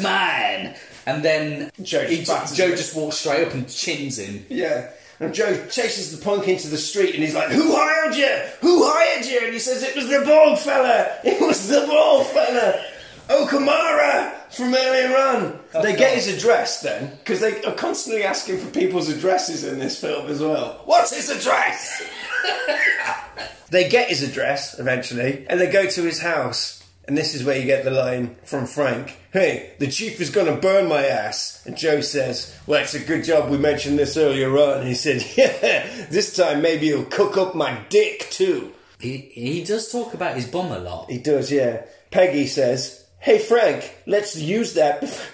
D: mine." And then
C: Joe just
D: he ju-
C: batters
D: Joe
C: him.
D: just walks straight up and chins him.
C: Yeah. And Joe chases the punk into the street and he's like, Who hired you? Who hired you? And he says, It was the bald fella! It was the bald fella! Okamara from earlier on! they get his address then, because they are constantly asking for people's addresses in this film as well. What's his address? they get his address eventually and they go to his house. And this is where you get the line from Frank Hey, the chief is going to burn my ass. And Joe says, Well, it's a good job we mentioned this earlier on. And he said, Yeah, this time maybe he'll cook up my dick too.
D: He he does talk about his bum a lot.
C: He does, yeah. Peggy says, Hey, Frank, let's use that. bef-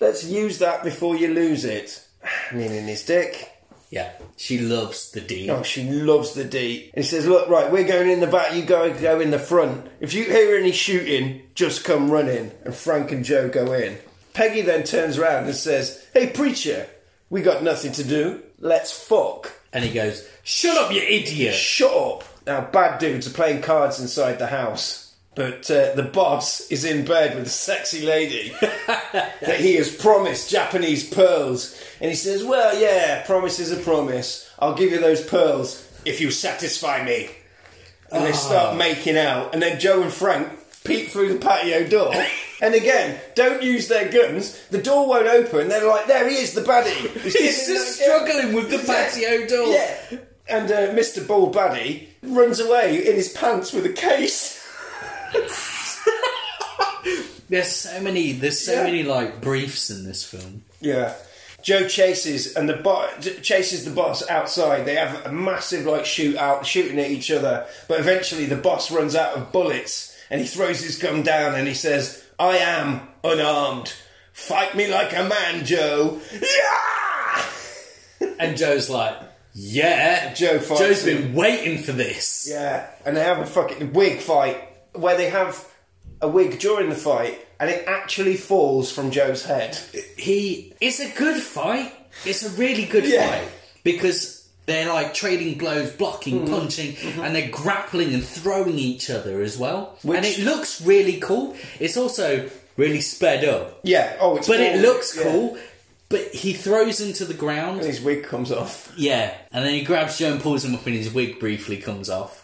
C: Let's use that before you lose it. Meaning his dick.
D: Yeah, she loves the D.
C: Oh, she loves the D. And he says, Look, right, we're going in the back, you go go in the front. If you hear any shooting, just come running. And Frank and Joe go in. Peggy then turns around and says, Hey, preacher, we got nothing to do. Let's fuck.
D: And he goes, "Shut up, you idiot!"
C: Shut up. Now, bad dudes are playing cards inside the house, but uh, the boss is in bed with a sexy lady that he has promised Japanese pearls. And he says, Well, yeah, promise is a promise. I'll give you those pearls if you satisfy me. And they
D: Ah.
C: start making out. And then Joe and Frank peep through the patio door. And again, don't use their guns. The door won't open. They're like, there he is, the baddie. He's
D: He's
C: getting
D: just
C: that girl."
D: struggling with the patio door.
C: Yeah. And uh, Mr. Bald Baddie runs away in his pants with a case.
D: There's so many. There's so
C: Yeah.
D: many like briefs in this film.
C: Yeah. Joe chases and the bo- chases the boss outside. They have a massive like shootout, shooting at each other. But eventually, the boss runs out of bullets and he throws his gun down and he says, "I am unarmed. Fight me like a man, Joe." Yeah.
D: And Joe's like, "Yeah,
C: Joe fights
D: Joe's
C: him.
D: been waiting for this."
C: Yeah, and they have a fucking wig fight where they have a wig during the fight and it actually falls from Joe's head.
D: He. It's a good fight. It's a really good
C: Yeah.
D: fight because they're like trading blows, blocking,
C: Mm-hmm.
D: punching, and they're grappling and throwing each other as well. and
C: Which-
D: it looks really cool. It's also really sped up,
C: Yeah, oh, it's
D: but it
C: bald,
D: looks
C: yeah.
D: cool. But he throws into the ground.
C: And his wig comes off.
D: Yeah, and then he grabs Joe and pulls him up, and his wig briefly comes off.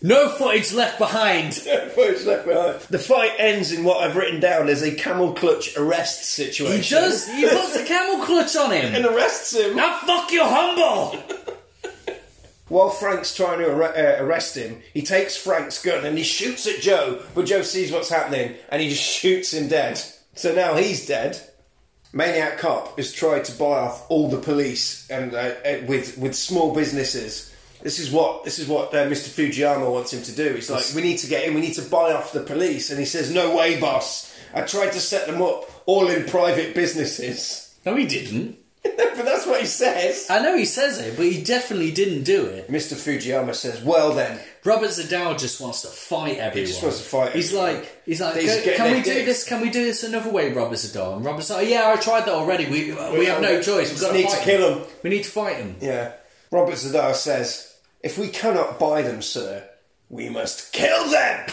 D: no footage left behind.
C: the fight ends in what I've written down as a camel clutch arrest situation.
D: He does. He puts a camel clutch on
C: and
D: him.
C: arrests him.
D: Now fuck you, humble.
C: While Frank's trying to arre- uh, arrest him, he takes Frank's gun and he shoots at Joe, but Joe sees what's happening and he just shoots him dead. So now he's dead. Maniac Cop has tried to buy off all the police and uh, uh, with with small businesses. This is what this is what uh, Mr. Fujiyama wants him to do. He's like, we need to get in. We need to buy off the police, and he says, "No way, boss. I tried to set them up all in private businesses."
D: No, he didn't.
C: but that's what he says.
D: I know he says it, but he definitely didn't do it.
C: Mr. Fujiyama says, "Well then,
D: Robert Zadow just wants to fight everyone.
C: just wants to fight
D: He's
C: everyone.
D: like, he's like,
C: He's
D: "Go-
C: getting
D: can
C: their
D: we do
C: dicks."
D: this? Can we do this another way, Robert Zadow? And Robert's like, yeah, I tried that already. We we, have no
C: we
D: choice. We've
C: just
D: got
C: need to
D: fight
C: kill him."
D: We need to fight him.
C: Yeah. Robert Zadar says, if we cannot buy them, sir, we must kill them!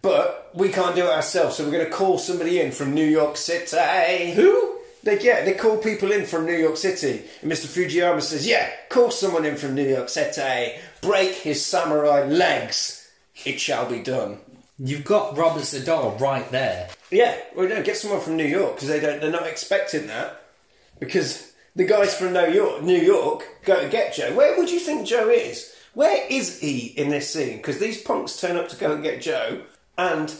C: but we can't do it ourselves, so we're going to call somebody in from New York City.
D: Who?
C: They, yeah, they call people in from New York City. And Mr. Fujiyama says, yeah, call someone in from New York City. Break his samurai legs. It shall be done.
D: You've got Robert Zadow right there.
C: Yeah, well, no, get someone from New York because they don't. They're not expecting that because the guys from New York, New York, go to get Joe. Where would you think Joe is? Where is he in this scene? Because these punks turn up to go and get Joe, and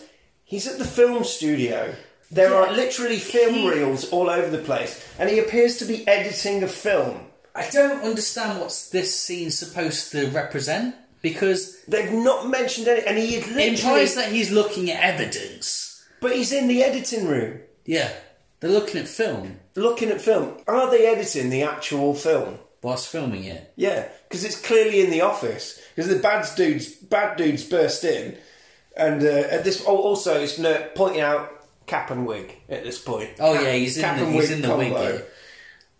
C: he's at the film studio. There
D: Yeah,
C: are literally film
D: he-
C: reels all over the place, and he appears to be editing a film.
D: I don't understand what's this scene supposed to represent because
C: They've not mentioned any, and he is
D: it
C: literally.
D: implies that he's looking at evidence.
C: But he's in the editing room,
D: Yeah, they're looking at film
C: looking at film. Are they editing the actual film?
D: whilst filming it.
C: Yeah, because it's clearly in the office. Because the bad dudes, bad dudes burst in, and uh, at this oh, also it's no, pointing out cap and wig at this point.
D: Oh, yeah, he's in the- he's in the wig,
C: combo.
D: yeah.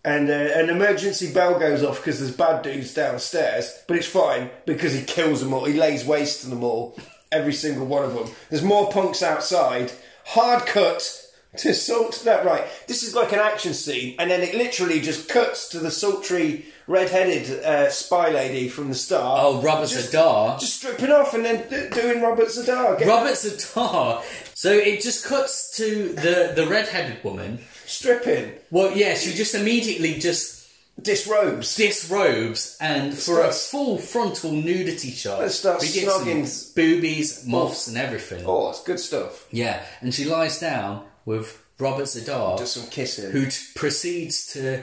C: And uh, an emergency bell goes off because there's bad dudes downstairs, but it's fine because he kills them all. He lays waste to them all, every single one of them. There's more punks outside. Hard cut to salt. That right. This is like an action scene, and then it literally just cuts to the sultry red-headed uh, spy lady from the star.
D: Oh, Robert
C: just,
D: Zadar.
C: just stripping off and then d- doing Robert Zadar. Get-
D: Robert Zadar. So it just cuts to the the redheaded woman.
C: stripping,
D: Well, yeah, she just immediately just
C: disrobes.
D: disrobes and for a
C: Starts-
D: full frontal nudity shot.
C: Let's start
D: we get some
C: snogging.
D: boobies, muffs, and everything.
C: oh, it's good stuff.
D: Yeah, and she lies down with Robert Zadar.
C: Just some kissing.
D: who t- proceeds to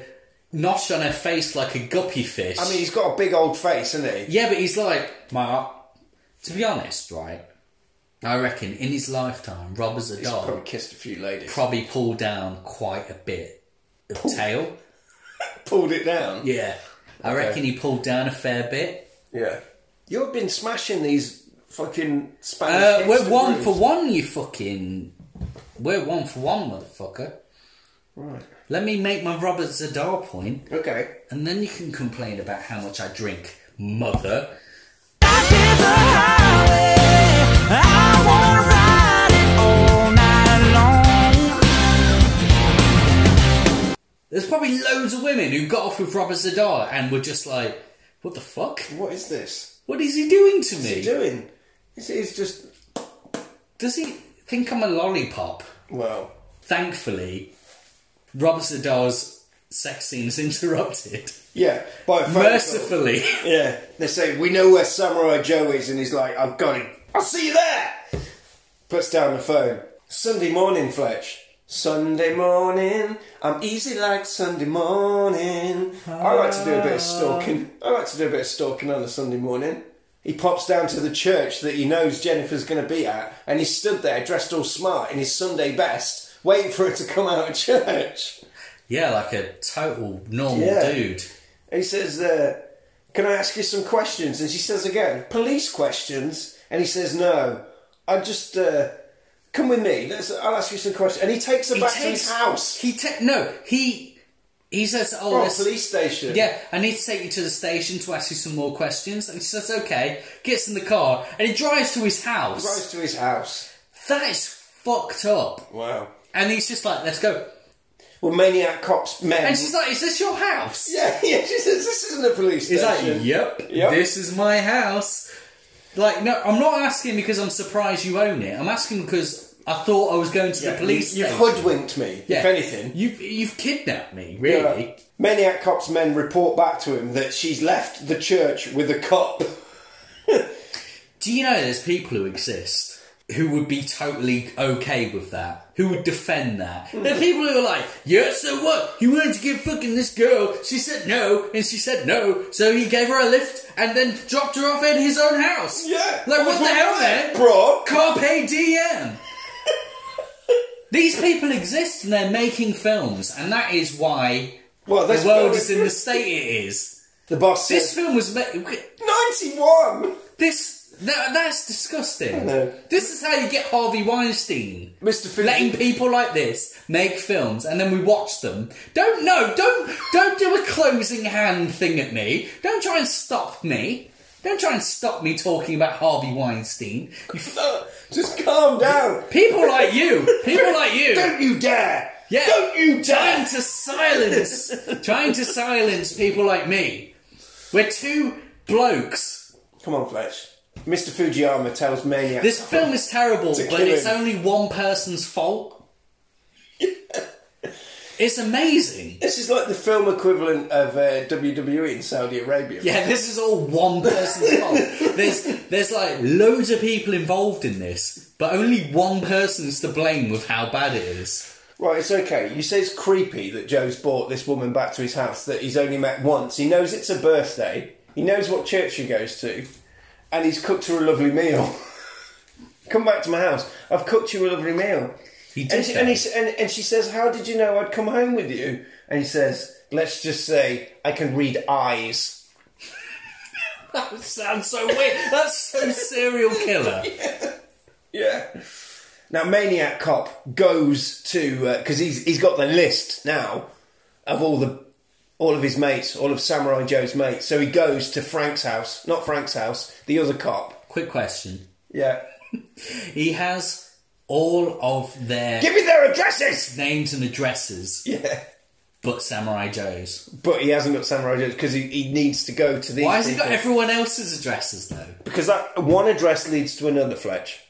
D: nosh on her face like a guppy fish.
C: I mean, he's got a big old face, isn't he?
D: yeah, but he's like, Mark, to be honest, right? I reckon in his lifetime, Rob as a
C: He's
D: dog
C: probably
D: probably,
C: kissed a few ladies.
D: pulled down quite a bit of tail.
C: pulled it down.
D: Yeah. I reckon he pulled down a fair bit.
C: Yeah. You've been smashing these fucking Spanish.
D: Uh, we're
C: hipster
D: one
C: rooms.
D: for one, you fucking. We're one for one, motherfucker.
C: Right.
D: Let me make my Robert Zadar point,
C: Okay.
D: and then you can complain about how much I drink, mother.
A: Life is a highway. I wanna ride it all night long.
D: There's probably loads of women who got off with Robert Zadar and were just like, what the fuck?
C: What is this?
D: What is he doing to
C: What are you
D: me?
C: doing? It's, it's just.
D: Does he think I'm a lollipop?
C: Well.
D: Thankfully, Robert Zadar's sex scene's interrupted.
C: Yeah. By a phone call.
D: Mercifully.
C: Yeah. They say, we know where Samurai Joe is, and he's like, I've got him. I'll see you there! Puts down the phone. Sunday morning, Fletch. Sunday morning, I'm easy like Sunday morning. I like to do a bit of stalking. I like to do a bit of stalking on a Sunday morning. He pops down to the church that he knows Jennifer's going to be at, and he stood there dressed all smart in his Sunday best, waiting for her to come out of church.
D: Yeah, like a total normal
C: Yeah.
D: dude.
C: He says, uh, Can I ask you some questions? And she says again, Police questions? And he says, No. I just, uh, come with me. Let's, I'll ask you some questions. And he takes her back to his house.
D: He ta- no, he he says, "Oh,
C: Oh,
D: let's-
C: police station.
D: yeah, I need to take you to the station to ask you some more questions." And she says, "Okay." Gets in the car and he drives to his house.
C: Drives to his house.
D: That is fucked up.
C: Wow.
D: And he's just like, "Let's go."
C: Well, maniac cops, men.
D: And she's like, "Is this your house?"
C: yeah, yeah, she says, This isn't a police
D: He's
C: station.
D: like, yep,
C: Yep.
D: this is my house. Like, no, I'm not asking because I'm surprised you own it. I'm asking because I thought I was going to the police.
C: You've
D: station.
C: hoodwinked me,
D: Yeah.
C: if anything.
D: You've, you've kidnapped me, really.
C: Yeah. Maniac cops men report back to him that she's left the church with a cop.
D: Do you know there's people who exist who would be totally okay with that? Who would defend that? There are people who are like, yeah, so what? He wanted to give fucking this girl. She said no, and she said no, so he gave her a lift and then dropped her off at his own house.
C: Yeah.
D: Like, what the hell, man?
C: Bro.
D: Carpe diem. These people exist and they're making films, and that is why
C: Well,
D: the
C: this
D: world
C: film-
D: is in the state it is.
C: The boss
D: This
C: says,
D: film was made.
C: 91!
D: This that, that's disgusting.
C: know.
D: This is how you get Harvey Weinstein.
C: Mr. Fuji.
D: Letting people like this make films and then we watch them. Don't no, don't don't do a closing hand thing at me. Don't try and stop me. Don't try and stop me talking about Harvey Weinstein. You f-
C: No, just calm down.
D: people like you, people like you,
C: Don't you dare.
D: Yeah.
C: Don't you
D: trying
C: dare.
D: to silence, trying to silence people like me. We're two blokes
C: Come on, Fletch. Mr. Fujiyama tells Maniac.
D: This film is terrible,
C: a
D: but it's
C: killing.
D: only one person's fault. it's amazing.
C: This is like the film equivalent of uh, WWE in Saudi Arabia.
D: Yeah, this is all one person's fault. There's there's like loads of people involved in this, but only one person's to blame with how bad it is.
C: Right, it's okay. You say it's creepy that Joe's brought this woman back to his house that he's only met once. He knows it's a birthday. He knows what church she goes to. And he's cooked her a lovely meal. come back to my house. I've cooked you a lovely meal.
D: He did
C: And she, and, he,
D: that.
C: s- and, and she says, How did you know I'd come home with you? And he says, Let's just say I can read eyes.
D: That sounds so weird. That's so serial killer.
C: Yeah. Now, Maniac Cop goes to, because he's, he's got the list now of all the all of his mates, all of Samurai Joe's mates. So he goes to Frank's house, not Frank's house, the other cop.
D: Quick question.
C: Yeah.
D: He has all of their
C: Give me their addresses!
D: names and addresses,
C: Yeah.
D: but Samurai Joe's.
C: But he hasn't got Samurai Joe's because he, he needs to go to these.
D: Why has he
C: people.
D: got everyone else's addresses though?
C: Because that one address leads to another, Fletch.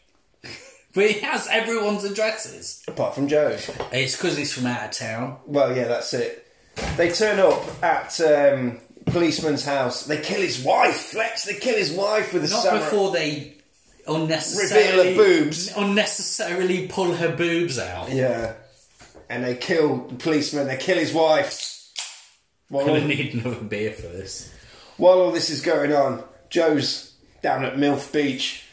D: But he has everyone's addresses.
C: Apart from Joe's.
D: It's because he's from out of town.
C: Well, yeah, that's it. They turn up at um, policeman's house. They kill his wife, Fletch. They kill his wife with a
D: Not
C: samurai.
D: before they unnecessarily
C: Reveal her boobs.
D: unnecessarily pull her boobs out.
C: Yeah, and they kill the policeman. They kill his wife. While
D: I'm gonna
C: all,
D: need another beer for this.
C: while all this is going on, Joe's down at Milf Beach.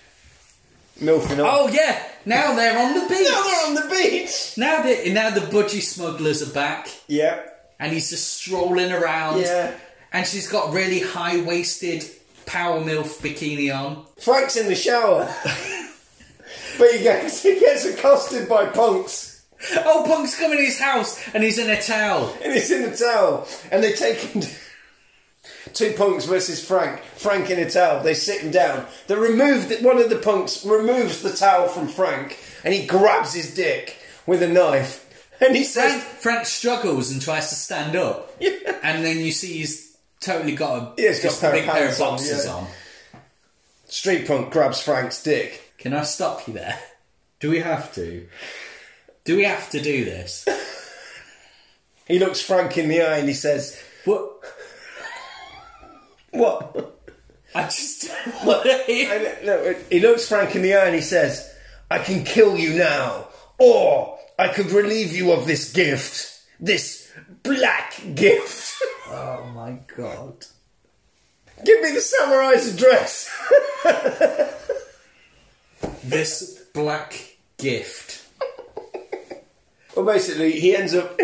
C: Milfing off.
D: Oh yeah, now they're on the beach.
C: now they're on the beach!
D: Now the now the budgie smugglers are back,
C: Yeah.
D: and he's just strolling around.
C: Yeah.
D: And she's got really high waisted power milf bikini on.
C: Frank's in the shower. but he gets, he gets accosted by punks
D: Oh, Punk's coming to his house, and he's in a towel.
C: and he's in a towel and they take him to- Two punks versus Frank. Frank in a towel. They sit him down. They remove the, one of the punks removes the towel from Frank and he grabs his dick with a knife and he says,
D: Frank, Frank struggles and tries to stand up, and then you see he's totally got a,
C: Yeah, he's got
D: just
C: a
D: a
C: pair
D: big
C: of
D: pair of
C: pants on,
D: boxes
C: yeah.
D: on.
C: "Street punk grabs Frank's dick."
D: Can I stop you there? Do we have to? Do we have to do this?
C: He looks Frank in the eye and he says,
D: What?
C: "What?"
D: I just don't want to
C: I
D: hear.
C: don't- no, he looks Frank in the eye and he says, I can kill you now, or I could relieve you of this gift, this black gift.
D: Oh my god.
C: Give me the samurai's address.
D: This black gift.
C: well, basically, he ends up,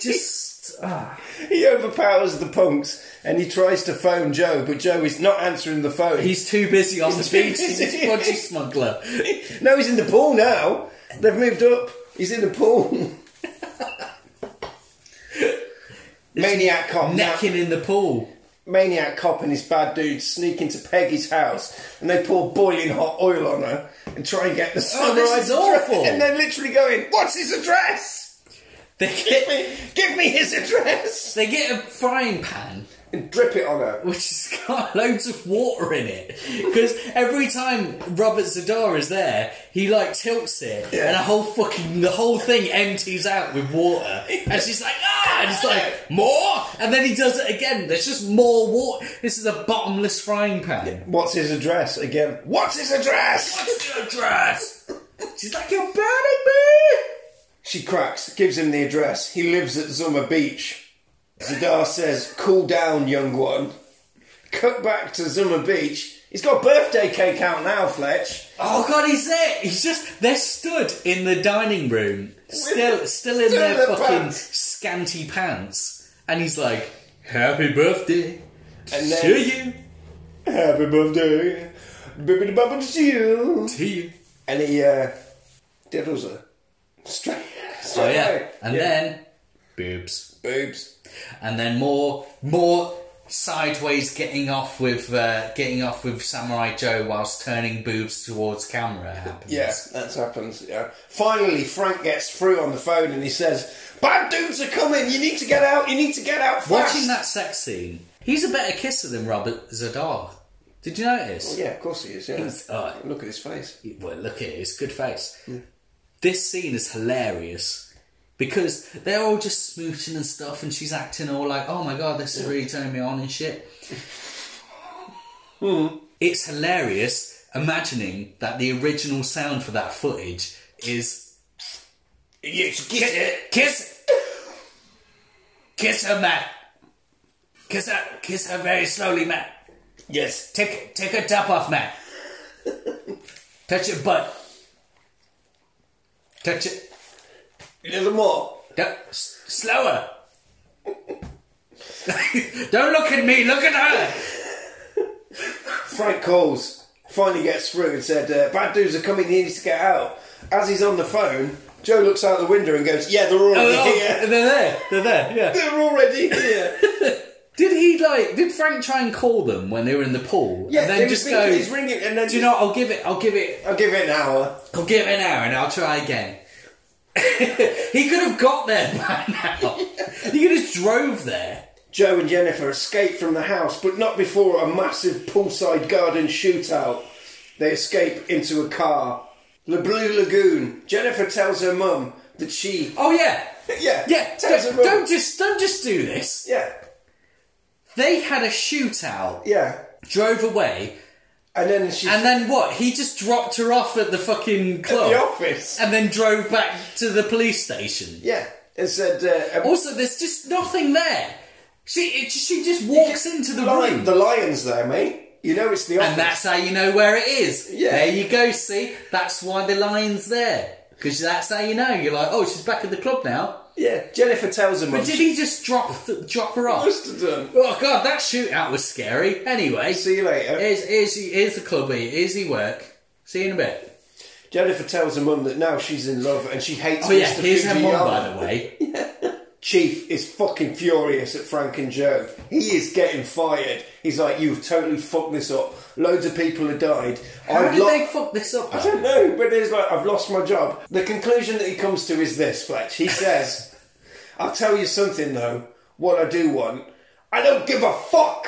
D: Just. Ah.
C: he overpowers the punks and he tries to phone Joe, but Joe is not answering the phone.
D: He's too busy on the
C: too
D: beach.
C: busy.
D: He's a budgie smuggler.
C: no, he's in the pool now. They've moved up. He's in the pool. Maniac cop. now-
D: Necking in the pool.
C: maniac cop and his bad dude sneak into Peggy's house and they pour boiling hot oil on her and try and get the
D: Oh, this
C: sunrise
D: is awful.
C: And they're literally going, What's his address?
D: They
C: Give
D: get,
C: me, give me his address!
D: they get a frying pan
C: And drip it on her.
D: which has got loads of water in it. Because every time Robert Zadar is there, he like tilts it, and the whole fucking the whole thing empties out with water. And she's like, ah, and it's like more, and then he does it again. There's just more water. This is a bottomless frying pan.
C: What's his address? Again, what's his address?
D: What's the address? She's like, you're burning me.
C: She cracks, gives him the address. He lives at Zuma Beach. Zadar says, Cool down, young one. Cut back to Zuma Beach. He's got a birthday cake out now, Fletch.
D: Oh god, he's there. He's just they're stood in the dining room, still still in
C: Still in
D: their
C: their
D: fucking
C: pants.
D: scanty pants, and he's like, "Happy birthday."
C: And
D: To you,
C: Happy birthday, baby bubble to you.
D: to you.
C: And he uh, diddles her. Straight. straight
D: Oh yeah,
C: away.
D: and then boobs,
C: Boobs.
D: and then more, more sideways getting off with uh, getting off with Samurai Joe whilst turning boobs towards camera happens.
C: Yeah, that's happens. Yeah. Finally, Frank gets through on the phone and he says, "Bad dudes are coming. You need to get out. You need to get out fast."
D: watching that sex scene, he's a better kisser than Robert Zadar. Did you notice?
C: Yeah, of course he is. Yeah.
D: He's- uh, alright.
C: Look at his face.
D: well, look at it, it's good face. This scene is hilarious because they're all just smooching and stuff, and she's acting all like, "Oh my god, this is really turning me on and shit." It's hilarious imagining that the original sound for that footage is
C: You should get it.
D: kiss, kiss her, Matt, kiss her, kiss her very slowly, Matt.
C: Yes.
D: Take take her top off, Matt. Touch your butt. Touch it.
C: A little more.
D: Don't, s- slower. Don't look at me. Look at her.
C: Frank calls, finally gets through and said, uh, Bad dudes are coming, you need to get out. As he's on the phone, Joe looks out the window and goes, Yeah, they're already
D: Oh,
C: here.
D: they're there. They're there. Yeah.
C: They're already here.
D: Did he like? Did Frank try and call them when they were in the pool?
C: Yeah,
D: And
C: they
D: then
C: just
D: just
C: think
D: go.
C: he's ringing and then
D: Do you know? what? I'll give it. I'll give it.
C: I'll give it an hour.
D: I'll give it an hour, and I'll try again. he could have got there by now. He could have drove there.
C: Joe and Jennifer escape from the house, but not before a massive poolside garden shootout. They escape into a car. The Blue Lagoon. Jennifer tells her mum that she.
D: Oh yeah,
C: Yeah,
D: yeah.
C: tells
D: Don't,
C: her mum.
D: don't just don't just do this.
C: Yeah,
D: They had a shootout,
C: yeah.
D: drove away,
C: And then she.
D: and then what? He just dropped her off at the fucking club,
C: the office.
D: and then drove back to the police station.
C: yeah, and said. Uh, um,
D: Also, there's just nothing there. She it, she just walks into the
C: lion-
D: room.
C: the lion's there, mate. You know it's the office.
D: And that's how you know where it is.
C: Yeah.
D: There you go, see? That's why the line's there. Because that's how you know. You're like, oh, she's back at the club now.
C: yeah, Jennifer tells him.
D: But did he just drop th- drop her off?
C: Must have done.
D: Oh, God, that shootout was scary. Anyway.
C: See you later.
D: Here's, here's, here's the club, here's the work. See you in a bit.
C: Jennifer tells her mum that now she's in love and she hates
D: Oh, yeah,
C: Mr.
D: here's her mum,
C: Fujiyama.
D: by the way.
C: Chief is fucking furious at Frank and Joe. He is getting fired. He's like, you've totally fucked this up. Loads of people have died.
D: How
C: I've
D: did
C: lo-
D: they fuck this up?
C: I don't know, but it's like, I've lost my job. The conclusion that he comes to is this, Fletch. He says, I'll tell you something though, what I do want. I don't give a fuck!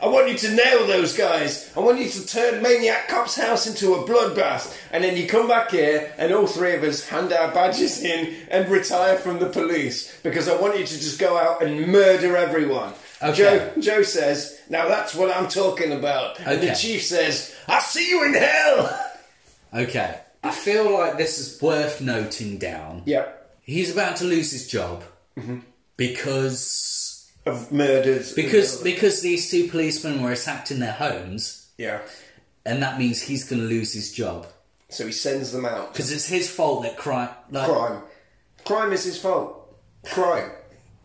C: I want you to nail those guys. I want you to turn Maniac Cop's house into a bloodbath. And then you come back here and all three of us hand our badges in and retire from the police because I want you to just go out and murder everyone.
D: Okay.
C: Joe, Joe says, now that's what I'm talking about. And the
D: Okay.
C: chief says, I'll see you in hell!
D: Okay. I feel like this is worth noting down.
C: Yep.
D: He's about to lose his job
C: Mm-hmm.
D: because
C: Of murders.
D: because because these two policemen were attacked in their homes,
C: Yeah.
D: and that means he's going to lose his job
C: So he sends them out.
D: because it's his fault that crime. Like,
C: Crime. Crime is his fault. Crime.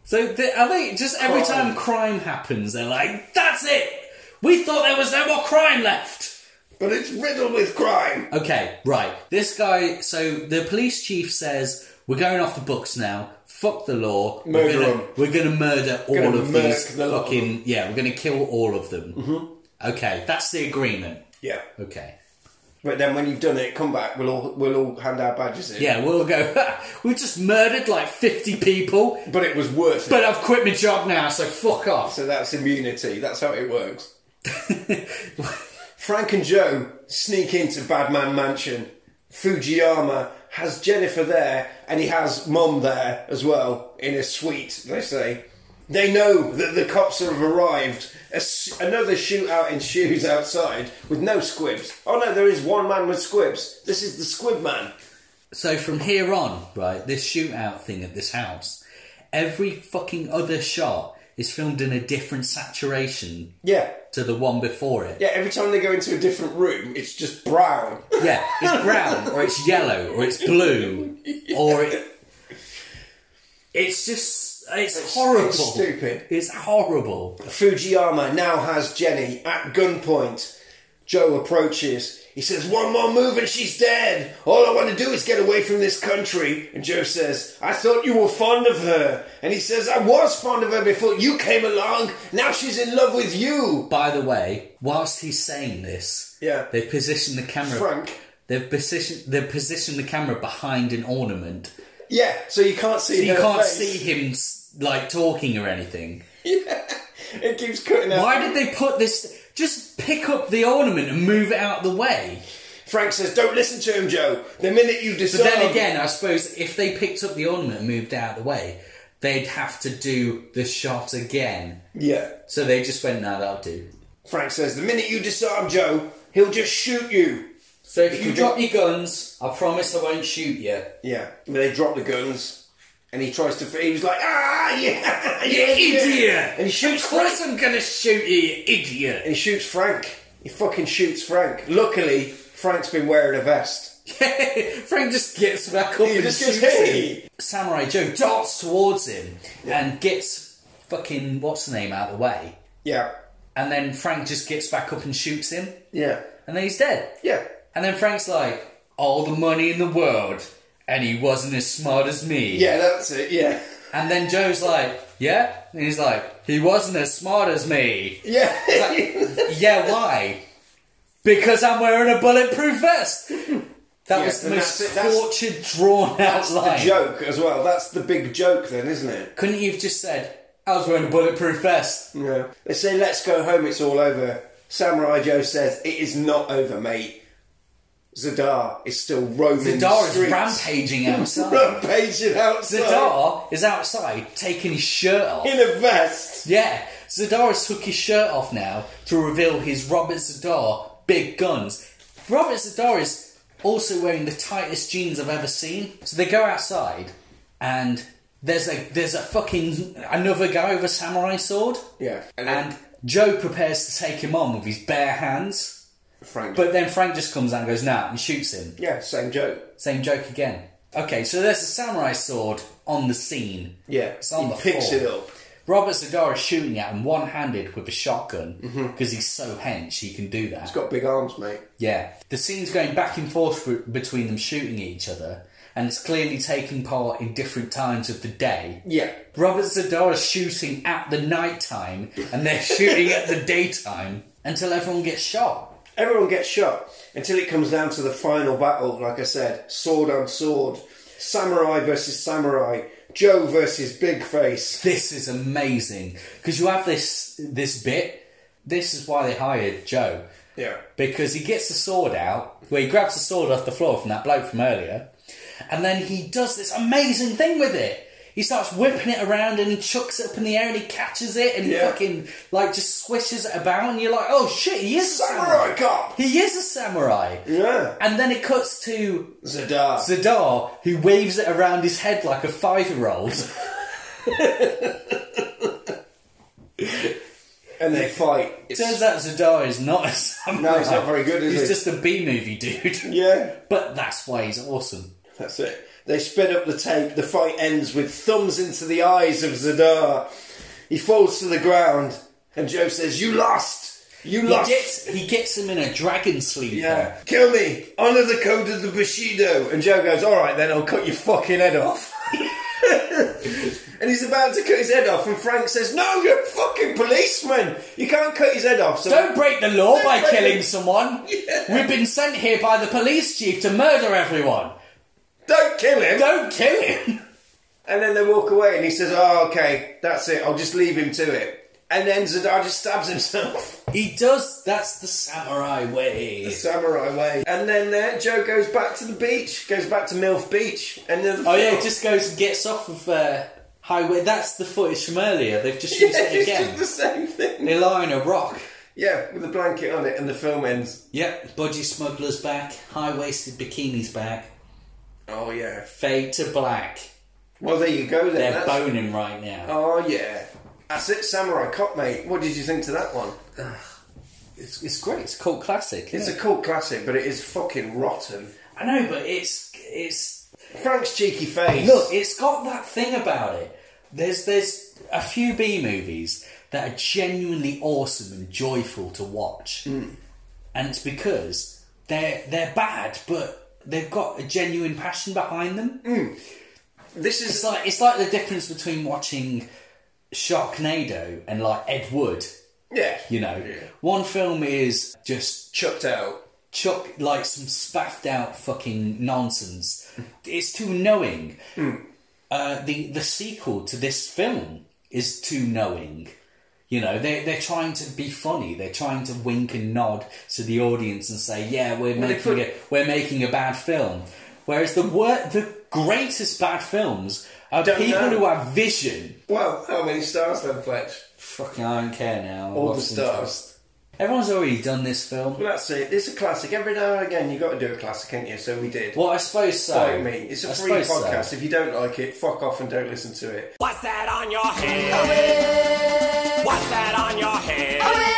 D: So th- are they just every
C: Crime.
D: time crime happens, they're like, "That's it. We thought there was no more crime left."
C: But it's riddled with crime.
D: Okay, right. This guy. So the police chief says, "We're going off the books now. Fuck the law.
C: Murder
D: we're gonna,
C: 'em.
D: We're going to murder all
C: Gonna
D: of
C: murk
D: these
C: the lot of Mm-hmm.
D: fucking. Yeah, we're going to kill all of them. Okay, that's the agreement.
C: Yeah.
D: Okay.
C: But then when you've done it, come back. We'll all we'll all hand our badges in.
D: Yeah, we'll go. we just murdered like fifty people,
C: But it was worth it.
D: but I've quit my job now, so fuck off.
C: so that's immunity. That's how it works. Frank and Joe sneak into Badman Mansion. Fujiyama has Jennifer there, and he has Mum there as well in a suite. They say they know that the cops have arrived. A s another shootout ensues outside with no squibs. Oh no, there is one man with squibs. This is the Squib Man.
D: So from here on, right, this shootout thing at this house, every fucking other shot is filmed in a different saturation
C: Yeah,
D: to the one before it.
C: Yeah, every time they go into a different room, it's just brown.
D: Yeah, it's brown or it's yellow or it's blue or it, it's just it's, horrible.
C: it's stupid.
D: It's horrible.
C: Fujiyama now has Jenny at gunpoint. Joe approaches. He says, One more move and she's dead. All I want to do is get away from this country. And Joe says, I thought you were fond of her. And he says, I was fond of her before you came along. Now she's in love with you.
D: By the way, whilst he's saying this,
C: Yeah.
D: they've positioned the camera.
C: Frank.
D: They've positioned they've positioned the camera behind an ornament,
C: Yeah, so you can't see
D: so you
C: her
D: can't
C: face.
D: see him s- like talking or anything.
C: It keeps cutting out.
D: Why did they put this? Just pick up the ornament and move it out of the way.
C: Frank says, Don't listen to him, Joe. The minute you
D: But
C: disarm.
D: then again, I suppose if they picked up the ornament and moved it out of the way, they'd have to do the shot again.
C: Yeah.
D: So they just went, "No, that'll do."
C: Frank says, The minute you disarm Joe, he'll just shoot you.
D: So if you drop your guns, I promise I won't shoot you.
C: Yeah, they drop the guns, and he tries to. He was like, ah, yeah, yeah,
D: idiot!
C: And he shoots
D: Of
C: Frank.
D: course I'm gonna shoot you, you idiot.
C: And he shoots Frank. He fucking shoots Frank. Luckily, Frank's been wearing a vest.
D: Frank just gets back up
C: He
D: and
C: just
D: shoots
C: gets hit.
D: him. Samurai Joe darts towards him and gets fucking what's the name out of the way.
C: Yeah,
D: And then Frank just gets back up and shoots him,
C: yeah,
D: and then he's dead.
C: yeah.
D: And then Frank's like, all the money in the world, and he wasn't as smart as me.
C: Yeah, that's it. Yeah,
D: And then Joe's like, yeah? And he's like, he wasn't as smart as me.
C: yeah.
D: yeah, why? Because I'm wearing a bulletproof vest. That
C: Yeah,
D: was the
C: and
D: most
C: that's it, that's-
D: tortured, drawn out
C: that's the
D: line.
C: joke as well. That's the big joke, then, isn't it?
D: Couldn't you have just said, I was wearing a bulletproof vest?
C: Yeah. They say, "Let's go home. It's all over." Samurai Joe says, "It is not over, mate." Zadar is still roaming the
D: Zadar is
C: streets.
D: rampaging outside.
C: rampaging outside.
D: Zadar is outside taking his shirt off.
C: in a vest.
D: Yeah, Zadara's took his shirt off now to reveal his Robert Zadar big guns. Robert Zadar is also wearing the tightest jeans I've ever seen. So they go outside, and there's a there's a fucking another guy with a samurai sword.
C: Yeah,
D: and,
C: and then-
D: Joe prepares to take him on with his bare hands,
C: Frank.
D: but then Frank just comes out and goes, nah, and shoots him.
C: yeah, same joke.
D: Same joke again. Okay, so there's a samurai sword on the scene.
C: Yeah,
D: It's on
C: he
D: the
C: picks
D: floor.
C: it up.
D: Robert Segar is shooting at him one handed with a shotgun because he's so hench he can do that.
C: He's Mm-hmm. got big arms, mate.
D: Yeah. The scene's going back and forth b- between them shooting at each other, and it's clearly taking part in different times of the day.
C: Yeah,
D: Robert Zadar is shooting at the night time, and they're shooting at the daytime until everyone gets shot.
C: everyone gets shot until it comes down to the final battle. Like I said, sword on sword, samurai versus samurai, Joe versus Big Face.
D: This is amazing because you have this this bit. This is why they hired Joe.
C: Yeah,
D: because he gets the sword out, where he grabs the sword off the floor from that bloke from earlier, and then he does this amazing thing with it. He starts whipping it around and he chucks it up in the air and he catches it and he
C: Yeah.
D: fucking like just swishes it about and you're like, oh shit, he is a
C: samurai
D: samurai.
C: cop.
D: He is a samurai.
C: Yeah,
D: And then it cuts to
C: Zadar.
D: Zadar, who waves it around his head like a five year old.
C: and they fight. It's-
D: Turns out Zadar is not a samurai.
C: No, he's not very good, is
D: He's
C: he?
D: just a B movie dude.
C: yeah,
D: But that's why he's awesome.
C: that's it. They sped up the tape. The fight ends with thumbs into the eyes of Zadar. He falls to the ground, and Joe says, "You lost. You
D: He
C: lost."
D: gets, he gets him in a dragon sleeper.
C: Yeah. Kill me. Honor the code of the Bushido. And Joe goes, all right, then I'll cut your fucking head off. and he's about to cut his head off, and Frank says, no, you're a fucking policeman. You can't cut his head off. So
D: Don't break the law by
C: break
D: killing
C: it.
D: someone. We've been sent here by the police chief to murder everyone.
C: don't kill him.
D: Don't kill him.
C: And then they walk away, and he says, oh, okay, that's it. I'll just leave him to it. And then Zadar just stabs himself.
D: He does. That's the samurai way.
C: Samurai way. And then there, Joe goes back to the beach, goes back to Milf Beach. And then
D: Oh yeah, just goes and gets off of uh, highway. That's the footage from earlier. They've just used it
C: it's just
D: again.
C: the same thing.
D: They lie on a rock.
C: Yeah, with a blanket on it, and the film ends.
D: Yep. Budgie smugglers back. High waisted bikinis back.
C: Oh yeah.
D: Fade to black.
C: Well, there you go. Then.
D: They're
C: That's-
D: boning right now.
C: Oh yeah. That's it, Samurai Cop, mate. What did you think to that one?
D: It's, it's great. It's a cult classic.
C: It's
D: isn't
C: a cult classic, but it is fucking rotten.
D: it? I know, but it's it's
C: Frank's cheeky face.
D: Look, it's got that thing about it. There's there's a few B movies that are genuinely awesome and joyful to watch, and it's because they're they're bad, but they've got a genuine passion behind them.
C: this
D: It's
C: is
D: like it's like the difference between watching Sharknado and like Ed Wood.
C: yeah,
D: You know,
C: Yeah.
D: one film is just
C: chucked out.
D: chuck like some spaffed out fucking nonsense. It's too knowing.
C: Hmm.
D: Uh, the the sequel to this film is too knowing. You know, they they're trying to be funny. They're trying to wink and nod to the audience and say, "Yeah, we're
C: they
D: making
C: put-
D: a we're making a bad film." Whereas the wor- the greatest bad films are
C: Don't
D: people
C: know.
D: who have vision.
C: Well, how many stars then, Fletch?
D: Fucking, I don't care now.
C: All the
D: What's in-
C: stars.
D: Everyone's already done this film.
C: Well, that's it. It's a classic. Every now and again, you got to do a classic, ain't you? So we did.
D: Well, I suppose so.
C: Like me. It's a
D: I
C: free
D: suppose so.
C: podcast. If you don't like it, fuck off and don't listen to it.
E: What's that on your head? What's that on your head?